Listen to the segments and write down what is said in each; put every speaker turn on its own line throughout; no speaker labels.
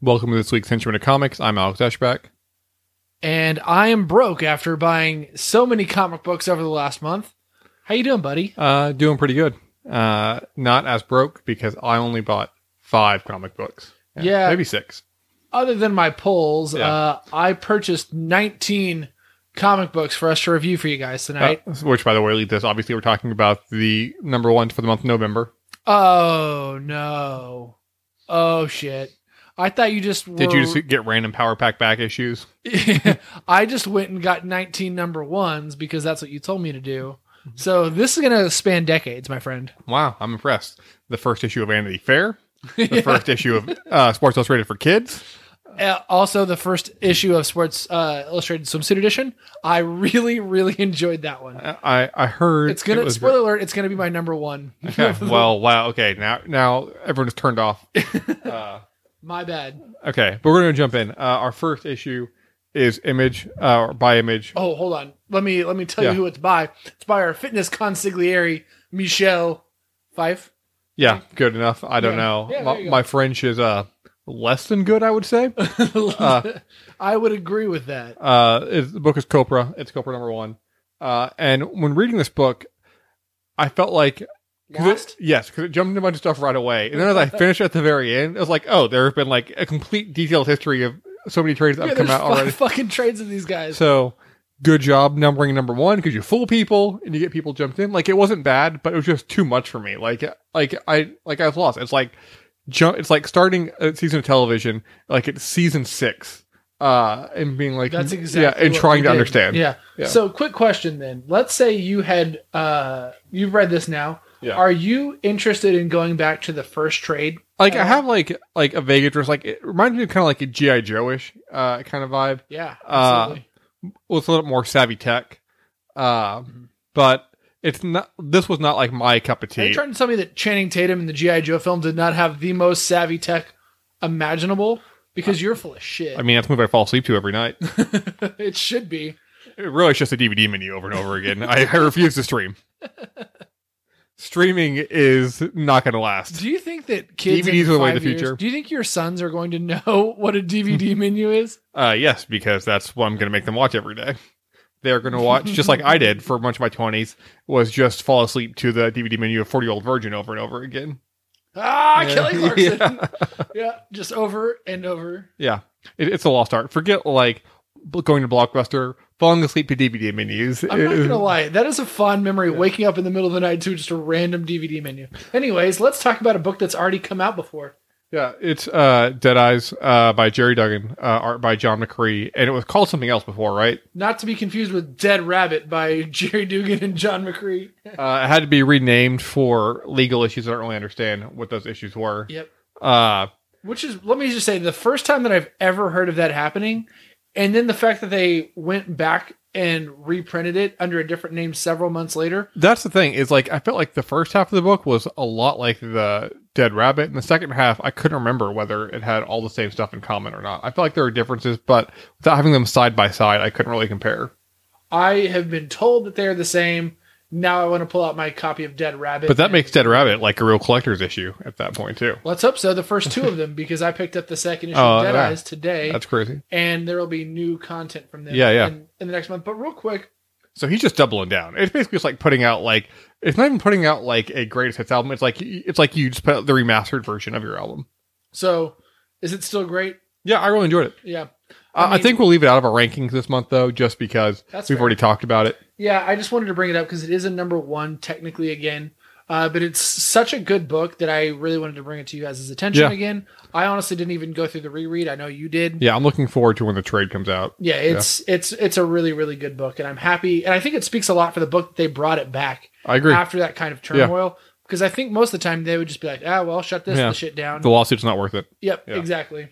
Welcome to this week's Henchman of Comics. I'm Alex Ashback.
and I am broke after buying so many comic books over the last month. How you doing, buddy?
Uh, doing pretty good. Uh, not as broke because I only bought five comic books.
Yeah.
Maybe six.
Other than my polls,
Yeah.
uh, I purchased 19 comic books for us to review for you guys tonight.
Uh, which, by the way, leads us obviously we're talking about the number one for the month of November.
oh no! Oh shit! I thought you just
Did
were-
you just get random Power Pack back issues?
I just went and got 19 number ones because that's what you told me to do.
Mm-hmm.
So this is gonna span decades, my friend.
Wow, I'm impressed. The first issue of Vanity Fair, the first issue of uh, Sports Illustrated for Kids.
Uh, also, the first issue of Sports uh, Illustrated Swimsuit Edition. I really, really enjoyed that one.
Uh, I I heard
It's gonna
it was
spoiler alert. It's gonna be my number one.
Okay, well, wow. Okay, now now everyone is turned off. Uh,
my bad.
okay, but we're gonna jump in. Uh, our first issue is Image uh, or by Image.
Oh, hold on. Let me let me tell
Yeah.
you who it's by. It's by our fitness consigliere Michelle Fife.
Yeah, good enough. I don't
Yeah.
know.
Yeah, there
my,
you go.
my French is uh less than good. I would say.
I would agree with that.
Uh, is, the book is Copra. It's Copra number one. Uh, and when reading this book, I felt like 'cause it-
Lost?
yes, because it jumped into a bunch of stuff right away. And then as I finished at the very end, it was like, oh, there have been like a complete detailed history of so many trades that
Yeah,
have come
there's
out already.
five fucking trades of these guys.
So good job numbering number one because you fool people and you get people jumped in. Like it wasn't bad, but it was just too much for me. Like like I like I was lost. It's like jump. It's like starting a season of television. Like it's season six. Uh, and being like
That's exactly.
yeah, and
what
trying
we
to
did.
understand.
Yeah.
Yeah.
So, quick question then. Let's say you had uh you've read this now.
Yeah.
Are you interested in going back to the first trade?
Like I
Uh,
have like like a vague interest. Like it reminds me of kind of like a GI Joe-ish uh, kind of vibe.
Yeah.
Uh, with a little more savvy tech. Uh, but it's not. This was not like my cup of
Mm-hmm. Are you
tea.
trying to tell me that Channing Tatum in the G.I. Joe film did not have the most savvy tech imaginable? Because you're full of shit.
I mean, that's the movie I fall asleep to every night.
it should be.
It really, it's just a DVD menu over and over again. I, I refuse to stream. Streaming is not going to last.
Do you think that kids
DVDs
in
are the way of
five
the
years-
future.
Do you think your sons are going to know what a DVD menu is?
Uh, yes, because that's what I'm going to make them watch every day. They're going to watch just like I did for much of my twenties was just fall asleep to the DVD menu of Forty Year Old Virgin over and over again.
Ah,
Yeah.
Kelly Clarkson.
Yeah.
yeah, just over and over.
Yeah, it, it's a lost art. Forget like b- going to Blockbuster, falling asleep to DVD menus.
I'm not
It-
gonna lie, that is a fond memory. Waking up in the middle of the night to just a random DVD menu. Anyways, let's talk about a book that's already come out before.
Yeah, it's uh, Dead Eyes uh, by Jerry Duggan, uh, art by John McCree, and it was called something else before, right?
Not to be confused with Dead Rabbit by Jerry Dugan and John McCree.
uh, it had to be renamed for legal issues. I don't really understand what those issues were.
Yep.
Uh,
Which is, let me just say, the first time that I've ever heard of that happening, and then the fact that they went back and reprinted it under a different name several months later.
that's the thing is like I felt like the first half of the book was a lot like the Dead Rabbit, and the second half I couldn't remember whether it had all the same stuff in common or not. I felt like there were differences, but without having them side by side, I couldn't really compare.
I have been told that they are the same. Now I want to pull out my copy of Dead Rabbit.
But that
and-
makes Dead Rabbit like a real collector's issue at that point too.
Let's hope so. The first two of them, because I picked up the second issue
Oh,
of Dead
yeah.
Eyes today,
That's crazy.
and there will be new content from them.
Yeah, yeah.
In, in the next month. But real quick,
So he's just doubling down. It's basically just like putting out like it's not even putting out like a greatest hits album. It's like it's like you just put out the remastered version of your album.
so is it still great?
Yeah, I really enjoyed it.
Yeah,
I, I
mean-
think we'll leave it out of our rankings this month, though, just because
That's
we've
fair.
already talked about it.
yeah. I just wanted to bring it up because it is a number one technically again. Uh, but it's such a good book that I really wanted to bring it to you guys' attention
Yeah.
again. I honestly didn't even go through the reread. I know you did.
Yeah, I'm looking forward to when the trade comes out.
Yeah, it's it's it's a really really good book, and I'm happy, and I think it speaks a lot for the book that they brought it back
I agree.
after that kind of
Yeah.
turmoil. Because I think most of the time they would just be like, ah, well, shut this
Yeah.
shit down.
the lawsuit's not worth it.
Yep,
Yeah.
exactly.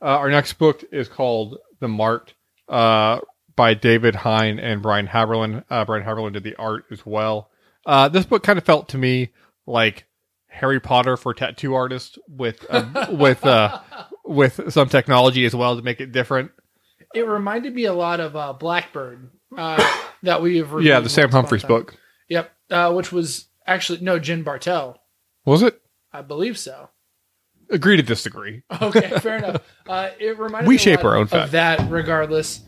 Uh, our next book is called The Mart uh, by David Hine and Brian Haberlin. Uh, Brian Haberlin did the art as well. Uh, this book kind of felt to me like Harry Potter for tattoo artists with um, with uh, with some technology as well to make it different.
It reminded me a lot of uh, Blackbird uh, that we have.
yeah,
reviewed
the Sam
once upon a
Humphries
time.
book.
Yep, uh, which was actually no Jen Bartel,
Was it?
I believe so.
Agree to disagree.
Okay, fair enough. Uh, it reminded
We
me a
shape
lot
our own
of
fact.
that. Regardless,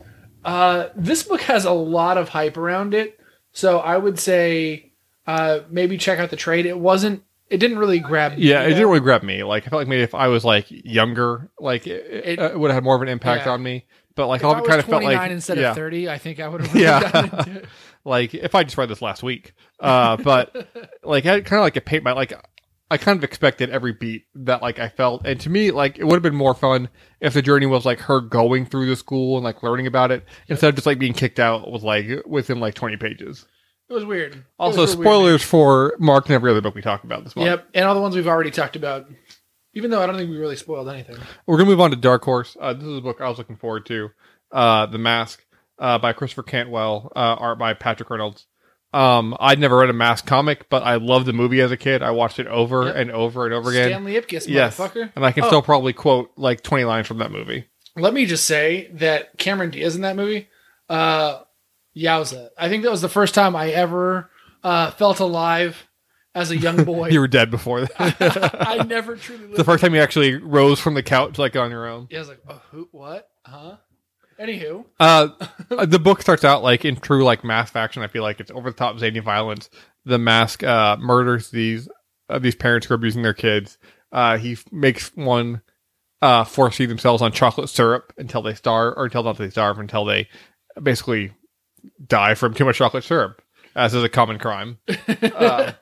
uh, this book has a lot of hype around it, so I would say uh, maybe check out the trade. It wasn't. It didn't really grab. me,
Yeah, it didn't
though.
really grab me. Like I felt like maybe if I was like younger, like it,
It-
uh, would have had more of an impact
yeah.
on me. But like
If I
all
was
kind of felt
29
like
instead
yeah,
of 30, I think I would have.
Yeah.
Yeah.
like if I just read this last week. Uh, but like I kind of like a paint by like I kind of expected every beat that like I felt, and to me like it would have been more fun if the journey was like her going through the school and like learning about it instead of just like being kicked out with like within like twenty pages.
It was weird. It
Also,
was real weird.
spoilers for Mark and every other book we talk about this month.
Yep, and all the ones we've already talked about. Even though I don't think we really spoiled anything.
We're gonna move on to Dark Horse. Uh, this is a book I was looking forward to. Uh, the Mask uh, by Christopher Cantwell, uh, art by Patrick Reynolds. Um, I'd never read a Mask comic, but I loved the movie as a kid. I watched it over
Yep.
and over and over again.
Stanley Ipkiss,
yes,
motherfucker.
and I can
Oh.
still probably quote like twenty lines from that movie.
Let me just say that Cameron Diaz in that movie, uh, yowza. I think that was the first time I ever uh, felt alive as a young boy.
You were dead before that.
I never truly lived.
the first time you actually rose from the couch like on your own.
yeah, I was like, oh, who, what? Huh? Anywho,
Uh, the book starts out like in true like mass faction. I feel like it's over the top zany violence. The mask uh, murders these uh, these parents who are abusing their kids. Uh, he f- makes one uh, force feed themselves on chocolate syrup until they starve, or until not they starve, until they basically die from too much chocolate syrup, as is a common crime. Uh,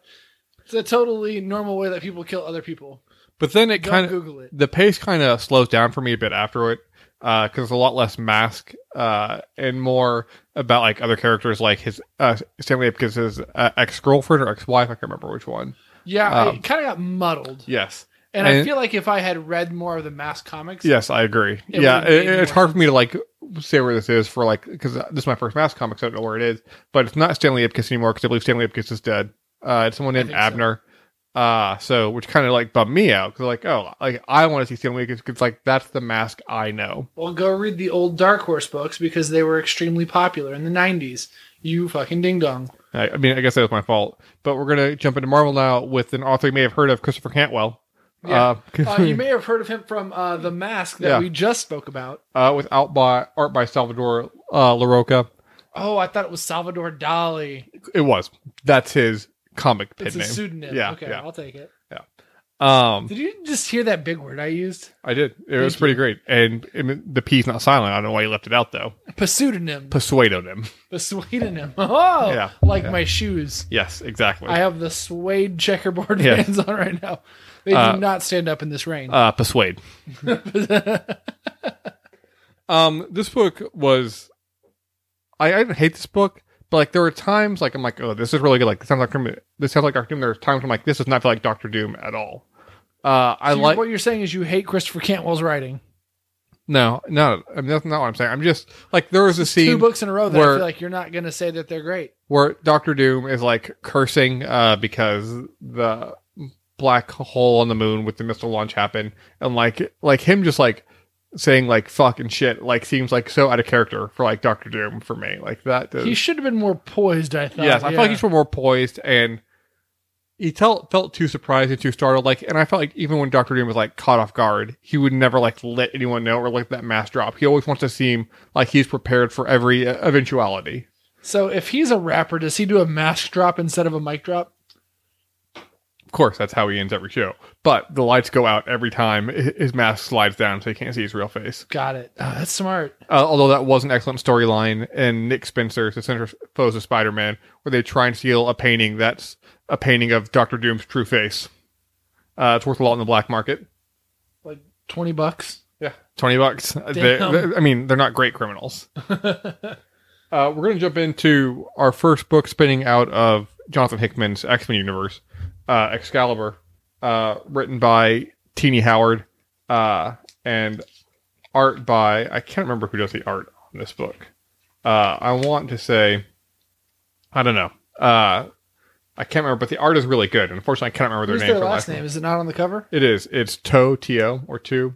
it's a totally normal way that people kill other people.
but then it
Don't
kind of
Google it.
the pace kind of slows down for me a bit after it because there's a lot less mask uh, and more about like other characters like his uh, Stanley Ipkiss's uh, ex girlfriend or ex wife. I can't remember which one.
Yeah,
um,
it kind of got muddled.
Yes,
And, I
And-
feel like if I had read more of the mass comics,
yes, I agree.
It
yeah,
would've
it,
made
it's
more
hard for me to like say where this is for like because this is my first mask comic, so I don't know where it is. But it's not Stanley Ipkiss anymore because I believe Stanley Ipkiss is dead. Uh, it's someone
I
named
think so.
Abner. Uh, so which kind of like bummed me out because like oh like I want to see Stanley Ipkiss because like that's the mask I know.
well, go read the old Dark Horse books because they were extremely popular in the 90s. You fucking ding dong.
I, I mean, I guess that was my fault. But we're gonna jump into Marvel now with an author you may have heard of, Christopher Cantwell.
Yeah.
Uh,
Uh, you may have heard of him from uh, The Mask that
Yeah.
we just spoke about.
uh, with out by art by Salvador uh, LaRocca.
Oh, I thought it was Salvador Dali.
It was. That's his comic pen
It's a
name.
pseudonym.
Yeah,
okay,
yeah.
I'll take it.
um,
Did you just hear that big word I used?
I did. It was
Thank
pretty great. And, and the P's not silent. I don't know why you left it out though.
Pseudonym.
Pseudonym.
The pseudonym. Oh,
Yeah,
like
yeah.
my shoes.
Yes, exactly.
I have the suede checkerboard
Yeah.
hands on right now. They
Uh,
do not stand up in this rain.
uh, persuade. um, this book was, I, I didn't hate this book, but like there were times like I'm like, oh, this is really good. Like this sounds like Doom- this sounds like Doctor Doom. There are times I'm like, this does not feel like Doctor Doom at all. Uh, I
So you-
like
what you're saying is you hate Christopher Cantwell's writing.
no, no. I mean, that's not what I'm saying. I'm just like there was a
Two
scene
books in a row that I
where-
feel like you're not going to say that they're great.
where Doctor Doom is like cursing uh, because the black hole on the moon with the missile launch happened, and like like him just like saying like fucking shit like seems like so out of character for like Doctor Doom for me like that. Does,
He should have been more poised. I thought.
yes, I felt like
Yeah.
he's more poised and he felt felt too surprised and too startled. Like, and I felt like even when Doctor Doom was like caught off guard, he would never like let anyone know or let that mask drop. He always wants to seem like he's prepared for every uh, eventuality.
So if he's a rapper, does he do a mask drop instead of a mic drop?
of course, that's how he ends every show. But the lights go out every time hi- his mask slides down, so you can't see his real face.
Got it. Oh, that's smart.
Uh, although that was an excellent storyline in Nick Spencer's *The Center Foes of Spider-Man*, where they try and steal a painting that's a painting of Doctor Doom's true face. Uh, it's worth a lot in the black market.
Like twenty bucks.
Yeah, twenty bucks. Uh, they-
Damn.
they- I mean, they're not great criminals. Uh, we're going to jump into our first book spinning out of Jonathan Hickman's X Men universe, uh, Excalibur, uh, written by Teeny Howard uh, and art by, I can't remember who does the art on this book. Uh, I want to say, I don't know. Uh, I can't remember, but the art is really good. Unfortunately, I cannot remember
Who's
their name.
their
for the
last name? Is it not on the cover?
It is. It's To, T O, or Two.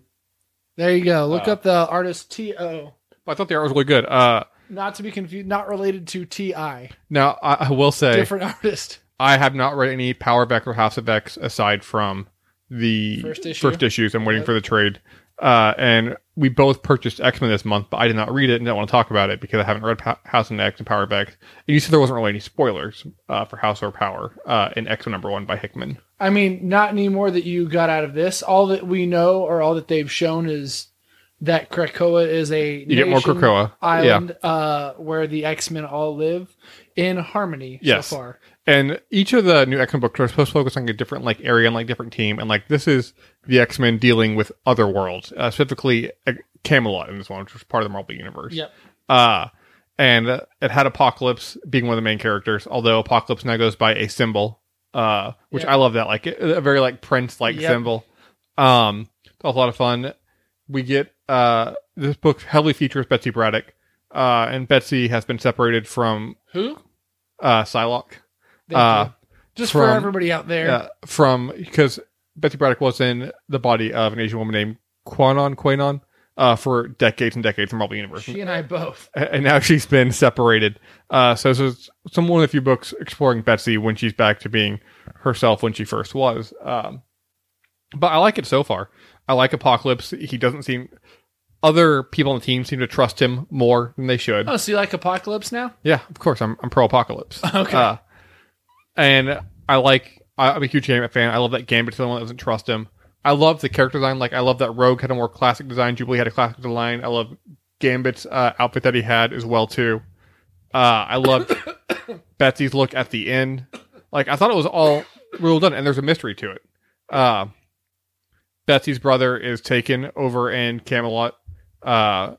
There you go. Look
Uh,
up the artist T O.
But I thought the art was really good. Uh,
Not to be confused, not related to T I.
now I, I will say
Different artist.
I have not read any Power Beck or House of X aside from the
First issue?
issues. I'm waiting
Yep.
for the trade. Uh, and we both purchased X Men this month, but I did not read it and don't want to talk about it because I haven't read pa- House of X and Power Beck. And you said there wasn't really any spoilers uh, for House or Power uh, in X Men number one by Hickman.
I mean, not anymore that you got out of this. All that we know or all that they've shown is that Krakoa is a
You get more
nation,
Krakoa. Yeah.
island uh, where the X Men all live in harmony
Yes.
so far.
And each of the new X Men books are supposed to focus on a different like area and like different team. And like this is the X Men dealing with other worlds, uh, specifically uh, Camelot in this one, which was part of the Marvel universe.
Yep.
Uh, and uh, it had Apocalypse being one of the main characters, although Apocalypse now goes by a symbol, uh, which
Yeah.
I love that, like a a very like Prince like
Yep.
symbol. Um, it's a lot of fun. We get uh, this book heavily features Betsy Braddock, uh, and Betsy has been separated from
Who?
uh, Psylocke.
Thank
Uh,
you. Just for
from-
everybody out there.
Uh, from because Betsy Braddock was in the body of an Asian woman named Quanon Quanon uh, for decades and decades in Marvel Universe
She and I both.
and now she's been separated. Uh, so there's some one of the few books exploring Betsy when she's back to being herself when she first was. Um, but I like it so far. I like Apocalypse. He doesn't seem. Other people on the team seem to trust him more than they should.
Oh, so you like Apocalypse now?
Yeah, of course, I'm I'm pro Apocalypse.
Okay.
Uh, and I like I, I'm a huge Gambit fan. I love that Gambit's the only one that doesn't trust him. I love the character design. Like I love that Rogue had a more classic design. Jubilee had a classic design. I love Gambit's uh, outfit that he had as well too. Uh, I loved Betsy's look at the end. Like I thought it was all well done, and there's a mystery to it. Uh, Betsy's brother is taken over in Camelot, uh,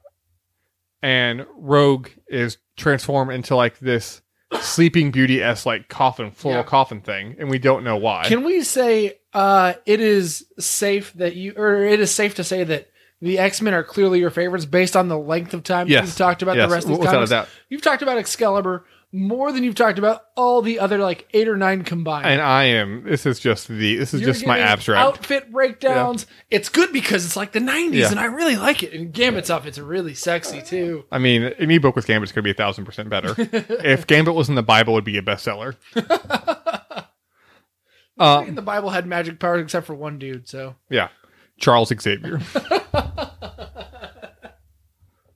and Rogue is transformed into like this Sleeping Beauty s like coffin, floral
Yeah.
coffin thing, and we don't know why.
Can we say uh, it is safe that you, or it is safe to say that the X Men are clearly your favorites based on the length of time
Yes.
you've talked about
Yes,
the rest of these
without a
comics?
doubt.
You've talked about Excalibur more than you've talked about all the other like eight or nine combined.
And I am. This is just the. This is
You're
just my
getting
abstract.
outfit breakdowns. It's good because it's like the '90s,
Yeah.
and I really like it. And Gambit's outfits are really sexy too.
I mean, any book with Gambit's going to be a thousand percent better. if Gambit was in the Bible, it would be a bestseller. uh,
And the Bible had magic powers except for one dude. So
yeah, Charles Xavier.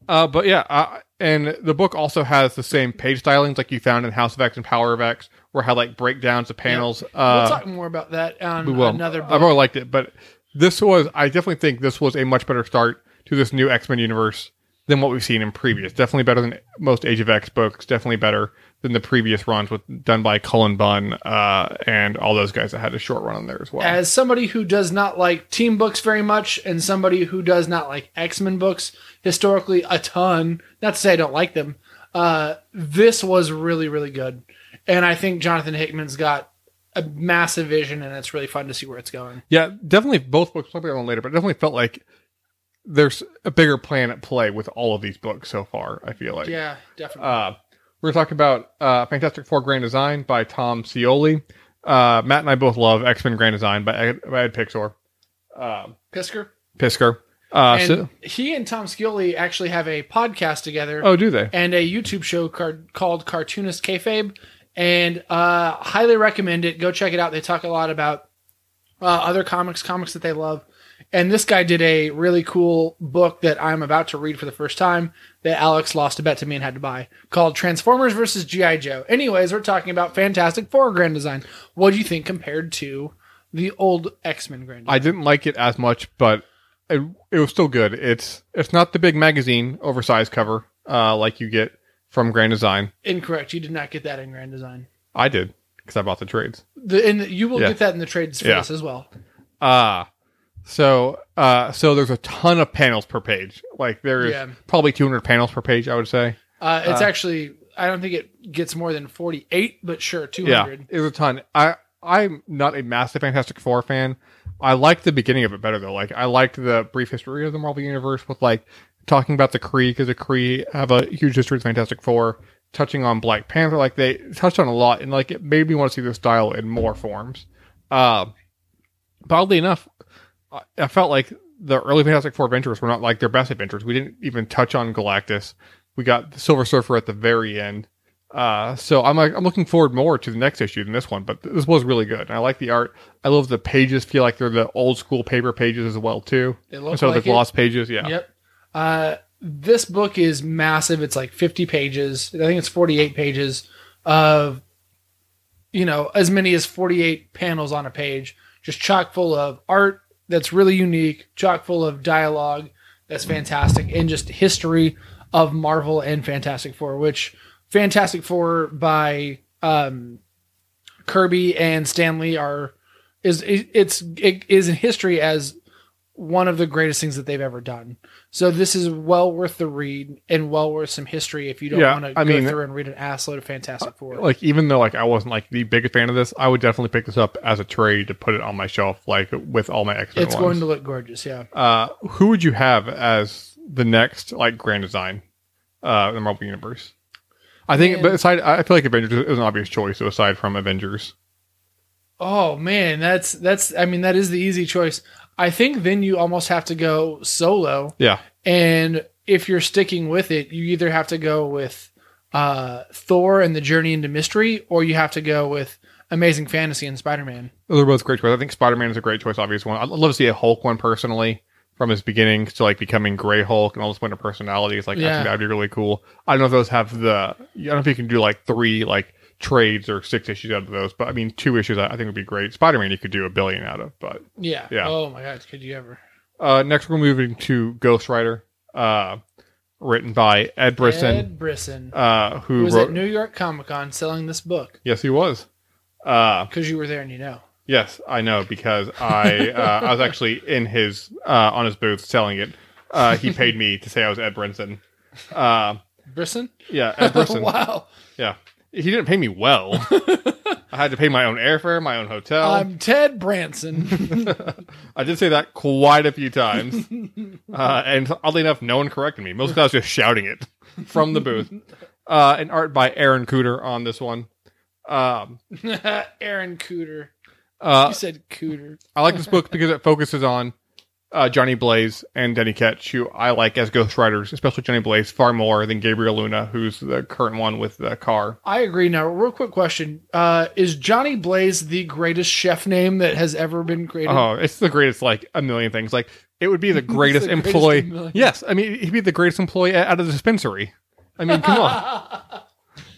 uh, but yeah, uh, and the book also has the same page stylings like you found in House of X and Power of X, where it had like breakdowns of panels.
we'll
Uh,
talk more about that on
we will. Um,
another book.
I've already liked it, but this was I definitely think this was a much better start to this new X Men universe than what we've seen in previous. Definitely better than most Age of X books. Definitely better than the previous runs with done by Cullen Bunn uh, and all those guys that had a short run on there as well.
As somebody who does not like team books very much, and somebody who does not like X Men books historically a ton, not to say I don't like them, uh, this was really, really good. And I think Jonathan Hickman's got a massive vision, and it's really fun to see where it's going.
yeah, definitely both books. Probably on later, but it definitely felt like there's a bigger plan at play with all of these books so far. I feel like
Yeah, definitely.
Uh, we're going to talk about uh, Fantastic Four Grand Design by Tom Cioli. Uh, Matt and I both love X Men Grand Design by Ed, by Ed Pixor. Um,
Pisker.
Pisker. Uh,
and
so-
he and Tom Scioli actually have a podcast together
oh, do they?
and a YouTube show car- called Cartoonist Kayfabe, and uh, highly recommend it. Go check it out. They talk a lot about uh, other comics, comics that they love. And this guy did a really cool book that I'm about to read for the first time that Alex lost a bet to me and had to buy called Transformers versus G.I. Joe. Anyways, we're talking about Fantastic Four Grand Design. What do you think compared to the old X Men Grand Design?
I didn't like it as much, but it, it was still good. It's it's not the big magazine oversized cover uh, like you get from Grand Design.
Incorrect. You did not get that in Grand Design.
I did because I bought the trades.
The, and you will
Yeah.
get that in the trades for
Yeah.
this as well.
Uh so uh so there's a ton of panels per page. Like there is
Yeah.
probably 200 panels per page, I would say.
Uh, it's
Uh,
actually, I don't think it gets more than 48, but sure, 200.
Yeah, it was a ton. I I'm not a massive Fantastic Four fan. I liked the beginning of it better though. Like I liked the brief history of the Marvel Universe with like talking about the Kree because the Kree have a huge history with Fantastic Four. Touching on Black Panther, like they touched on a lot, and like it made me want to see this style in more forms. Um, but oddly enough, I, I felt like the early Fantastic Four adventures were not like their best adventures. We didn't even touch on Galactus. We got the Silver Surfer at the very end. Uh, so I'm like I'm looking forward more to the next issue than this one, but th- this was really good. And I like the art. I love the pages. Feel like they're the old school paper pages as well too.
They
And
look
so
like
the
it.
gloss pages, yeah.
Yep. Uh, this book is massive. It's like 50 pages. I think it's 48 pages of, you know, as many as 48 panels on a page, just chock full of art that's really unique, chock full of dialogue that's fantastic, and just history of Marvel and Fantastic Four, which Fantastic Four by um, Kirby and Stanley are is it, it's it is in history as one of the greatest things that they've ever done. So this is well worth the read and well worth some history if you don't
Yeah,
want to go
I mean- uh,
through and read an assload of Fantastic Four.
Like even though like I wasn't like the biggest fan of this, I would definitely pick this up as a trade to put it on my shelf, like with all my X Men
it's
ones.
going to look gorgeous, yeah.
uh, who would you have as the next like grand design uh in the Marvel universe? I think
Man.
but aside I feel like Avengers is an obvious choice aside from Avengers.
Oh man, that's that's I mean that is the easy choice. I think then you almost have to go solo
Yeah.
and if you're sticking with it, you either have to go with uh Thor and the Journey into Mystery or you have to go with Amazing Fantasy and Spider-Man.
Those are both great choices. I think Spider Man is a great choice, obvious one. I'd love to see a Hulk one personally from his beginning to like becoming Gray Hulk and all this winter personalities. Like I
Yeah.
think that'd be really cool. I don't know if those have the I don't know if you can do like three like trades or six issues out of those, but I mean two issues I, I think would be great. Spider Man you could do a billion out of, but
Yeah.
Yeah.
Oh my god, could you ever?
Uh, next, we're moving to Ghost Rider, uh, written by Ed Brisson,
Ed Brisson.
uh,
who
who
was
wrote.
at New York Comic Con selling this book
yes, he was. Uh,
because you were there and you know.
yes, I know because I uh, I was actually in his uh, on his booth selling it. Uh, he paid me to say I was Ed Brisson. Uh,
Brisson?
yeah, Ed Brisson.
wow.
He didn't pay me well. I had to pay my own airfare, my own hotel.
I'm Ted Branson.
I did say that quite a few times. uh, and oddly enough, no one corrected me. Most of the time I was just shouting it from the booth. Uh, an art by Aaron Cooter on this one. Um,
Aaron Cooter.
uh,
you said Cooter.
I like this book because it focuses on uh, Johnny Blaze and Denny Ketch, who I like as ghostwriters, especially Johnny Blaze, far more than Gabriel Luna, who's the current one with the car.
I agree. Now, real quick question: uh, Is Johnny Blaze the greatest chef name that has ever been created?
Oh, it's the greatest, like a million things. Like, it would be the greatest
greatest
employee.
employee.
Yes, I mean, he'd be the greatest employee out of the dispensary. I mean, come on.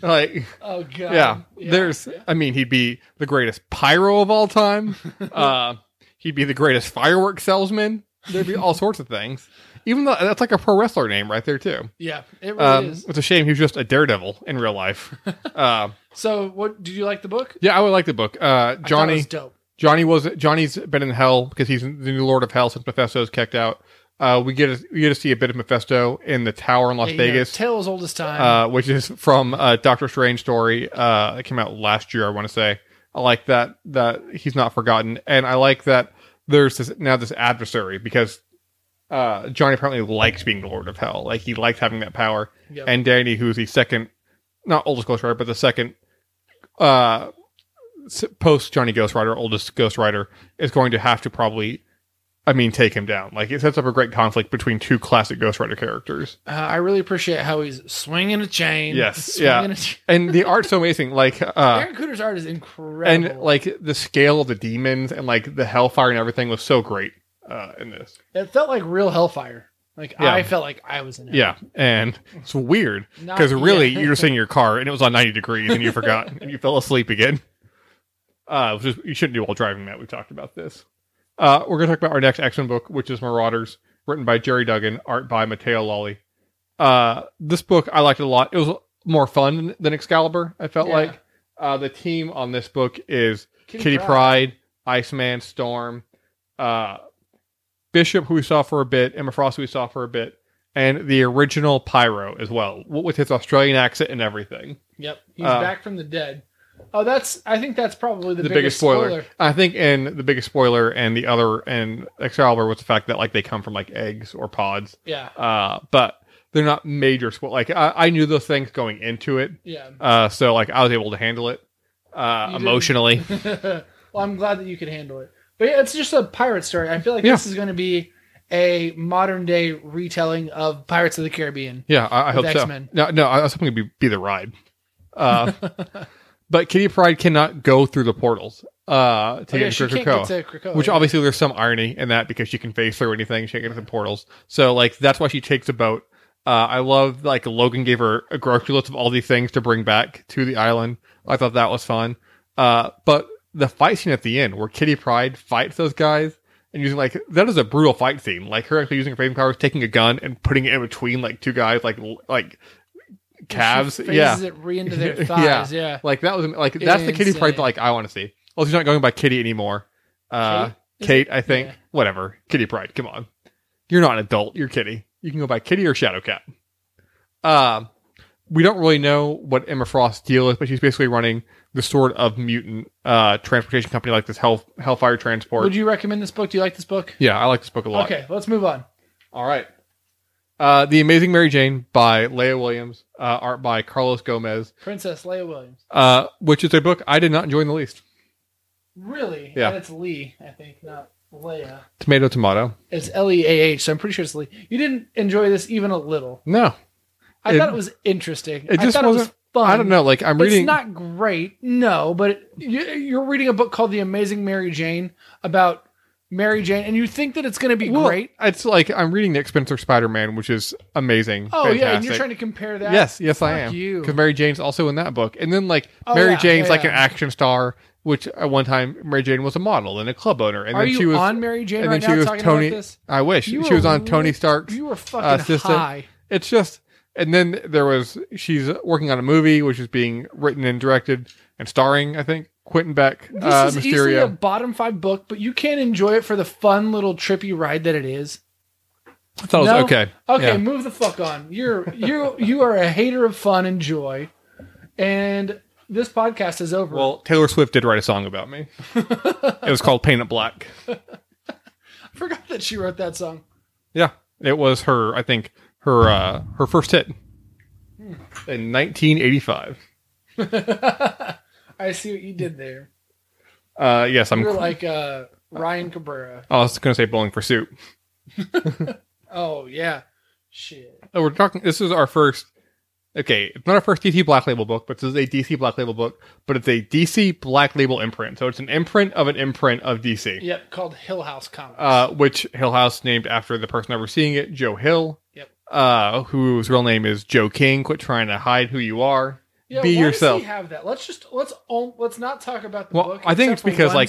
Like,
oh god.
Um, yeah, there's i mean he'd be the greatest pyro of all time uh he'd be the greatest fireworks salesman there'd be all sorts of things even though that's like a pro wrestler name right there too
Yeah, it really
um,
is.
it's a shame he was just a daredevil in real life uh,
So, what did you like the book?
yeah i would like the book uh
I thought it
johnny
was dope.
Johnny was Johnny's been in hell because he's the new Lord of Hell since Mephisto's kicked out. Uh, we get to, we get to see a bit of Mephisto in the tower in Las
Yeah, you know,
Vegas
tale as old as time.
uh, which is from uh, Doctor Strange story uh, that came out last year. I want to say I like that that he's not forgotten, and I like that there's this now this adversary because uh, Johnny apparently likes being the Lord of Hell. Like he likes having that power,
Yep.
and Danny, who's the second, not oldest Ghost Rider, but the second uh, post Johnny Ghost Rider, oldest Ghost Rider, is going to have to probably. I mean, take him down. Like it sets up a great conflict between two classic Ghost Rider characters.
Uh, I really appreciate how he's swinging a chain.
Yes,
swinging
yeah.
A chain.
and the art's so amazing. Like, uh,
Aaron Cooter's art is incredible.
and like the scale of the demons and like the hellfire and everything was so great uh, in this.
it felt like real hellfire. Like
Yeah.
I felt like I was in it.
Yeah, and it's weird
Not-
because really
yeah.
you were sitting in your car and it was on ninety degrees and you forgot and you fell asleep again. Uh, which is, you shouldn't do while driving. That we've talked about this. Uh, we're gonna talk about our next X Men book, which is Marauders, written by Jerry Duggan, art by Matteo Lolly. Uh, this book I liked it a lot. It was more fun than Excalibur. I felt
Yeah.
like uh, the team on this book is Kitty, Pride. Iceman, Storm, uh, Bishop, who we saw for a bit, Emma Frost, who we saw for a bit, and the original Pyro as well, w- with his Australian accent and everything.
Yep, he's
Uh,
back from the dead. Oh, that's. I think that's probably the,
The, biggest spoiler, I think, and the biggest spoiler, and the other, and Excalibur was the fact that like they come from like eggs or pods,
Yeah,
uh, but they're not major spoil. Like I-, I knew those things going into it,
yeah.
uh, so like I was able to handle it
You
uh,
did.
emotionally.
well, I'm glad that you could handle it. But yeah, it's just a pirate story. I feel like
Yeah.
this is going to be a modern day retelling of Pirates of the Caribbean.
Yeah, I, I hope
With
so.
X-Men.
No, no, I was hoping it'd be, be the ride. Uh, but Kitty Pride cannot go through the portals uh, to
Oh, yeah,
get to
she can't
Krakoa.
get to Krakoa,
which
yeah.
obviously there's some irony in that because she can phase through anything, she can get to the portals. So like that's why she takes a boat. Uh, I love like Logan gave her a grocery list of all these things to bring back to the island. I thought that was fun. Uh, but the fight scene at the end where Kitty Pride fights those guys and using like that is a brutal fight scene. Like her actually using her fame powers, taking a gun and putting it in between like two guys, like l- like calves.
She
yeah,
phases it re into their
Yeah.
thighs. yeah.
like that was like that's the Kitty Pride that
Insane.
like I want to see. Also, she's not going by Kitty anymore. Uh,
Kate? Is
Kate, I think.
Yeah.
Whatever. Kitty Pride. Come on. You're not an adult. You're Kitty. You can go by Kitty or Shadow Cat. Um, we don't really know what Emma Frost's deal is, but she's basically running the sort of mutant uh, transportation company like this Hell Hellfire Transport.
Would you recommend this book? Do you like this book?
yeah, I like this book a lot.
Okay, let's move on.
All right. Uh, the Amazing Mary Jane by Leah Williams, uh, art by Carlos Gomez,
Princess Leia Williams.
uh, which is a book I did not enjoy in the least.
Really?
Yeah.
And it's Lee, I think, not Leia.
Tomato, tomato.
It's L E A H, so I'm pretty sure it's Lee. You didn't enjoy this even a little.
No,
I
It-
thought it was interesting.
it just
I thought
wasn't.
it was fun.
I don't know. Like I'm reading.
Um, It's not great, no, but it, you, you're reading a book called The Amazing Mary Jane about Mary Jane, and you think that it's going to be
Well,
great.
It's like I'm reading Nick Spencer Spider Man, which is amazing.
Oh, yeah, and you're
fantastic.
trying to compare that.
Yes, yes, I
Fuck
am.
you.
Because Mary Jane's also in that book, and then like
Oh,
Mary
yeah,
Jane's
yeah,
like an
yeah.
action star, which at one time Mary Jane was a model and a club owner, and
Are
then
you
she was
on Mary Jane
and
right
then
now
she was
talking
Tony.
about this?
I wish
You
she was
were
on Tony
lit-
Stark's.
You were fucking
assistant.
high.
it's just, and then there was she's working on a movie which is being written and directed and starring, I think, Quentin Beck,
This
uh,
is
Mysterio.
easily a bottom five book, but you can't enjoy it for the fun little trippy ride that it is.
I thought it was
No?
okay.
Okay,
Yeah.
move the fuck on. You're you you are a hater of fun and joy, and this podcast is over.
Well, Taylor Swift did write a song about me. it was called Paint It Black.
I forgot that she wrote that song.
Yeah. It was her, I think, her uh, her first hit
Hmm.
in 1985.
I see what you did there.
Uh, yes, I'm.
You're like uh, Ryan Cabrera.
I was going to say Bowling for Soup.
Oh yeah, shit.
Oh, we're talking. This is our first. Okay, it's not our first DC Black Label book, but this is a DC Black Label book. But it's a DC Black Label imprint, so it's an imprint of an imprint of DC,
Yep, called Hill House Comics.
uh, which Hill House named after the person overseeing it, Joe Hill.
Yep.
Uh, whose real name is Joe King. Quit trying to hide who you are.
yeah,
be
why
yourself.
Does he have that? Let's just let's o- let's not talk about the
Well,
book.
I think
except
it's
for
because,
one
like-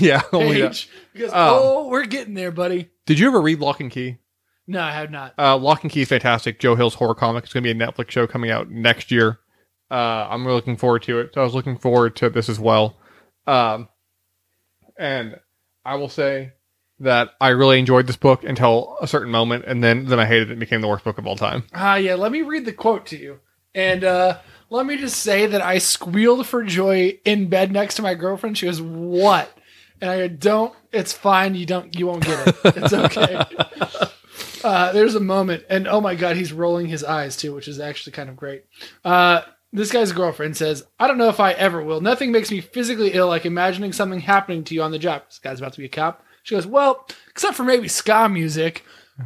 Yeah. only that.
page because
Um,
oh we're getting there, buddy.
Did you ever read Lock and Key?
No, I have not.
Uh, Lock and Key is fantastic. Joe Hill's horror comic. It's going to be a Netflix show coming out next year. Uh, I'm really looking forward to it. So I was looking forward to this as well. Um, and I will say that I really enjoyed this book until a certain moment, and then then I hated it. and became the worst book of all time.
Ah, yeah. Let me read the quote to you, and uh, let me just say that I squealed for joy in bed next to my girlfriend. She goes, "What?" And I go, "Don't. It's fine. You don't. You won't get it. It's okay." uh, there's a moment, and oh my god, he's rolling his eyes too, which is actually kind of great. Uh, this guy's girlfriend says, "I don't know if I ever will. Nothing makes me physically ill like imagining something happening to you on the job." This guy's about to be a cop. She goes, "Well, except for maybe ska music."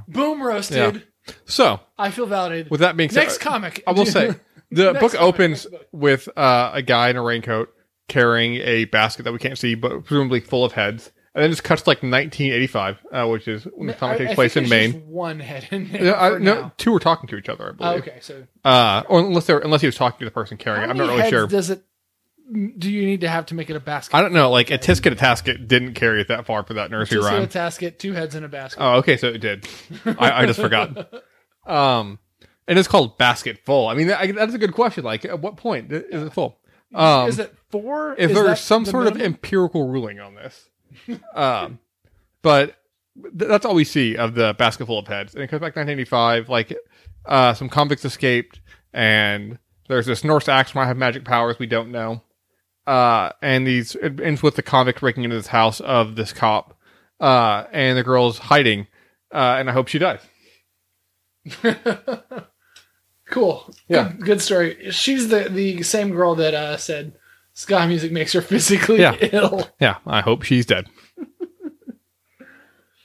Boom roasted.
Yeah. So
I feel validated.
with that being said,
Next comic.
uh, I will say the
Next
book
book,
opens
next book.
with uh, a guy in a raincoat carrying a basket that we can't see, but presumably full of heads, and then just cuts to, like 1985, uh, which is when the comic
I- I
takes
think
place in
there's
Maine.
just one head in there.
Yeah, I,
for
no,
now.
two were talking to each other, I
Oh,
believe.
okay, so
Uh, or unless they were, unless he was talking to the person carrying
how
it. I'm
many
not really
heads
sure.
Does it? Do you need to have to make it a basket?
I don't know. Like a Tisket a Tasket didn't carry it that far for that nursery
Just
rhyme.
a basket, two heads in a basket.
Oh, okay, so it did. I, I just forgot. Um, and it's called Basket Full. I mean, that, that's a good question. Like, at what point i- is it full? Um,
is it four?
if
Is that
there's some
the
sort of
minimum?
empirical ruling on this. um, but th- that's all we see of the basket full of heads. And it comes back 1985, like uh, some convicts escaped, and there's this Norse axe might have magic powers we don't know. Uh, and these it ends with the convict breaking into this house of this cop, uh, and the girl's hiding, uh, and I hope she dies.
cool.
Yeah.
good, good story. She's the the same girl that uh, said ska music makes her physically
Yeah.
ill.
Yeah, I hope she's dead.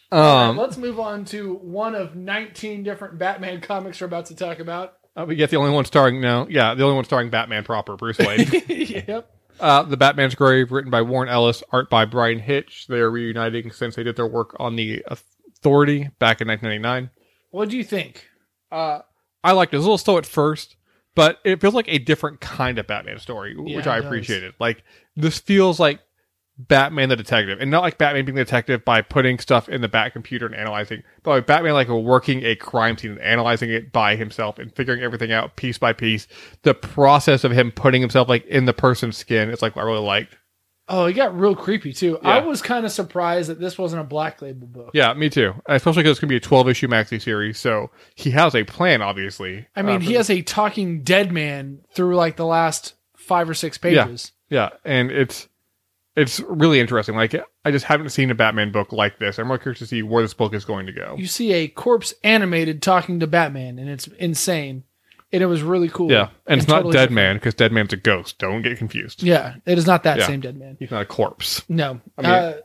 All right,
Um,
let's move on to one of 19 different Batman comics we're about to talk about.
uh, but yet the only one starring no, yeah, the only one starring Batman proper, Bruce Wayne.
yep.
Uh, the Batman's Grave, written by Warren Ellis, art by Brian Hitch. They are reuniting since they did their work on the Authority back in 1999.
What do you think?
Uh, I liked it. It was a little slow at first, but it feels like a different kind of Batman story, w-
Yeah,
which
it
I
does.
appreciated. Like this feels like Batman the detective, and not like Batman being the detective by putting stuff in the Bat computer and analyzing, but like Batman like working a crime scene and analyzing it by himself and figuring everything out piece by piece. The process of him putting himself like in the person's skin, it's like what I really liked.
Oh, it got real creepy too. I
Yeah.
was kind of surprised that this wasn't a black label book.
Yeah, me too. Especially because it's going to be a 12 issue maxi series. So he has a plan, obviously.
I mean,
Uh,
he has a talking dead man through like the last five or six
Yeah.
pages.
Yeah, and it's it's really interesting. Like, I just haven't seen a Batman book like this. I'm really curious to see where this book is going to go.
You see a corpse animated talking to Batman, and it's insane. And it was really cool.
Yeah, and it's not
totally
Dead
different.
Man because Dead Man's a ghost. Don't get confused.
Yeah, it is not that
Yeah.
same dead man.
He's not a corpse.
No.
I mean-
uh,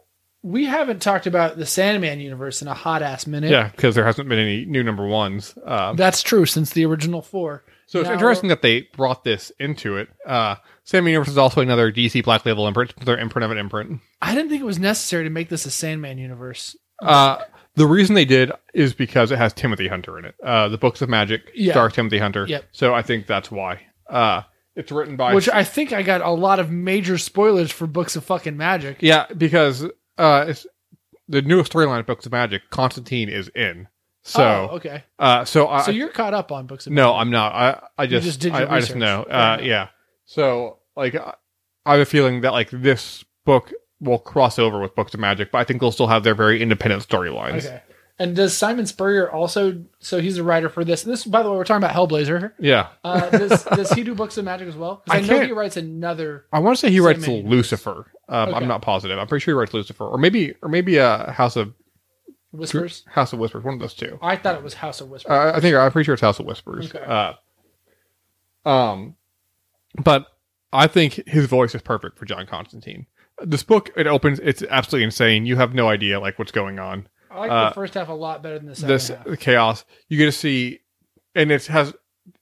we haven't talked about the Sandman universe in a hot ass minute.
Yeah, because there hasn't been any new number ones. Um,
That's true since the original four.
so it's
Now-
interesting that they brought this into it. Uh, Sam Universe is also another DC Black Label imprint, their imprint of an imprint.
I didn't think it was necessary to make this a Sandman universe.
Uh, the reason they did is because it has Timothy Hunter in it. Uh, the Books of Magic
Yeah.
stars Timothy Hunter.
Yep.
So I think that's why. Uh, it's written by
Which I think I got a lot of major spoilers for books of fucking magic.
yeah, because uh, it's the newest storyline of Books of Magic. Constantine is in. So
Oh, okay.
uh, so I
So you're caught up on books of
no, I'm not. I I
You
just,
just did your
I, I just
research.
know.
Fair
Uh,
enough.
yeah. So like I, I have a feeling that like this book will cross over with Books of Magic, but I think they'll still have their very independent storylines.
Okay. And does Simon Spurrier also? So he's a writer for this. This, by the way, we're talking about Hellblazer.
Yeah.
Uh, does, does he do books of magic as well? 'Cause
I
I, know
can't-
he writes another.
I want to say he
Same
writes
man.
Lucifer. Um,
Okay.
I'm not positive. I'm pretty sure he writes Lucifer, or maybe, or maybe uh, House of
Whispers.
House of Whispers. One of those two.
I thought it was House of Whispers.
Uh, I think I'm pretty sure it's House of Whispers.
Okay.
Uh, um, but I think his voice is perfect for John Constantine. This book it opens. It's absolutely insane. You have no idea like what's going on.
I like
uh,
the first half a lot better than the second
this
half. Uh,
chaos. You get to see, and it has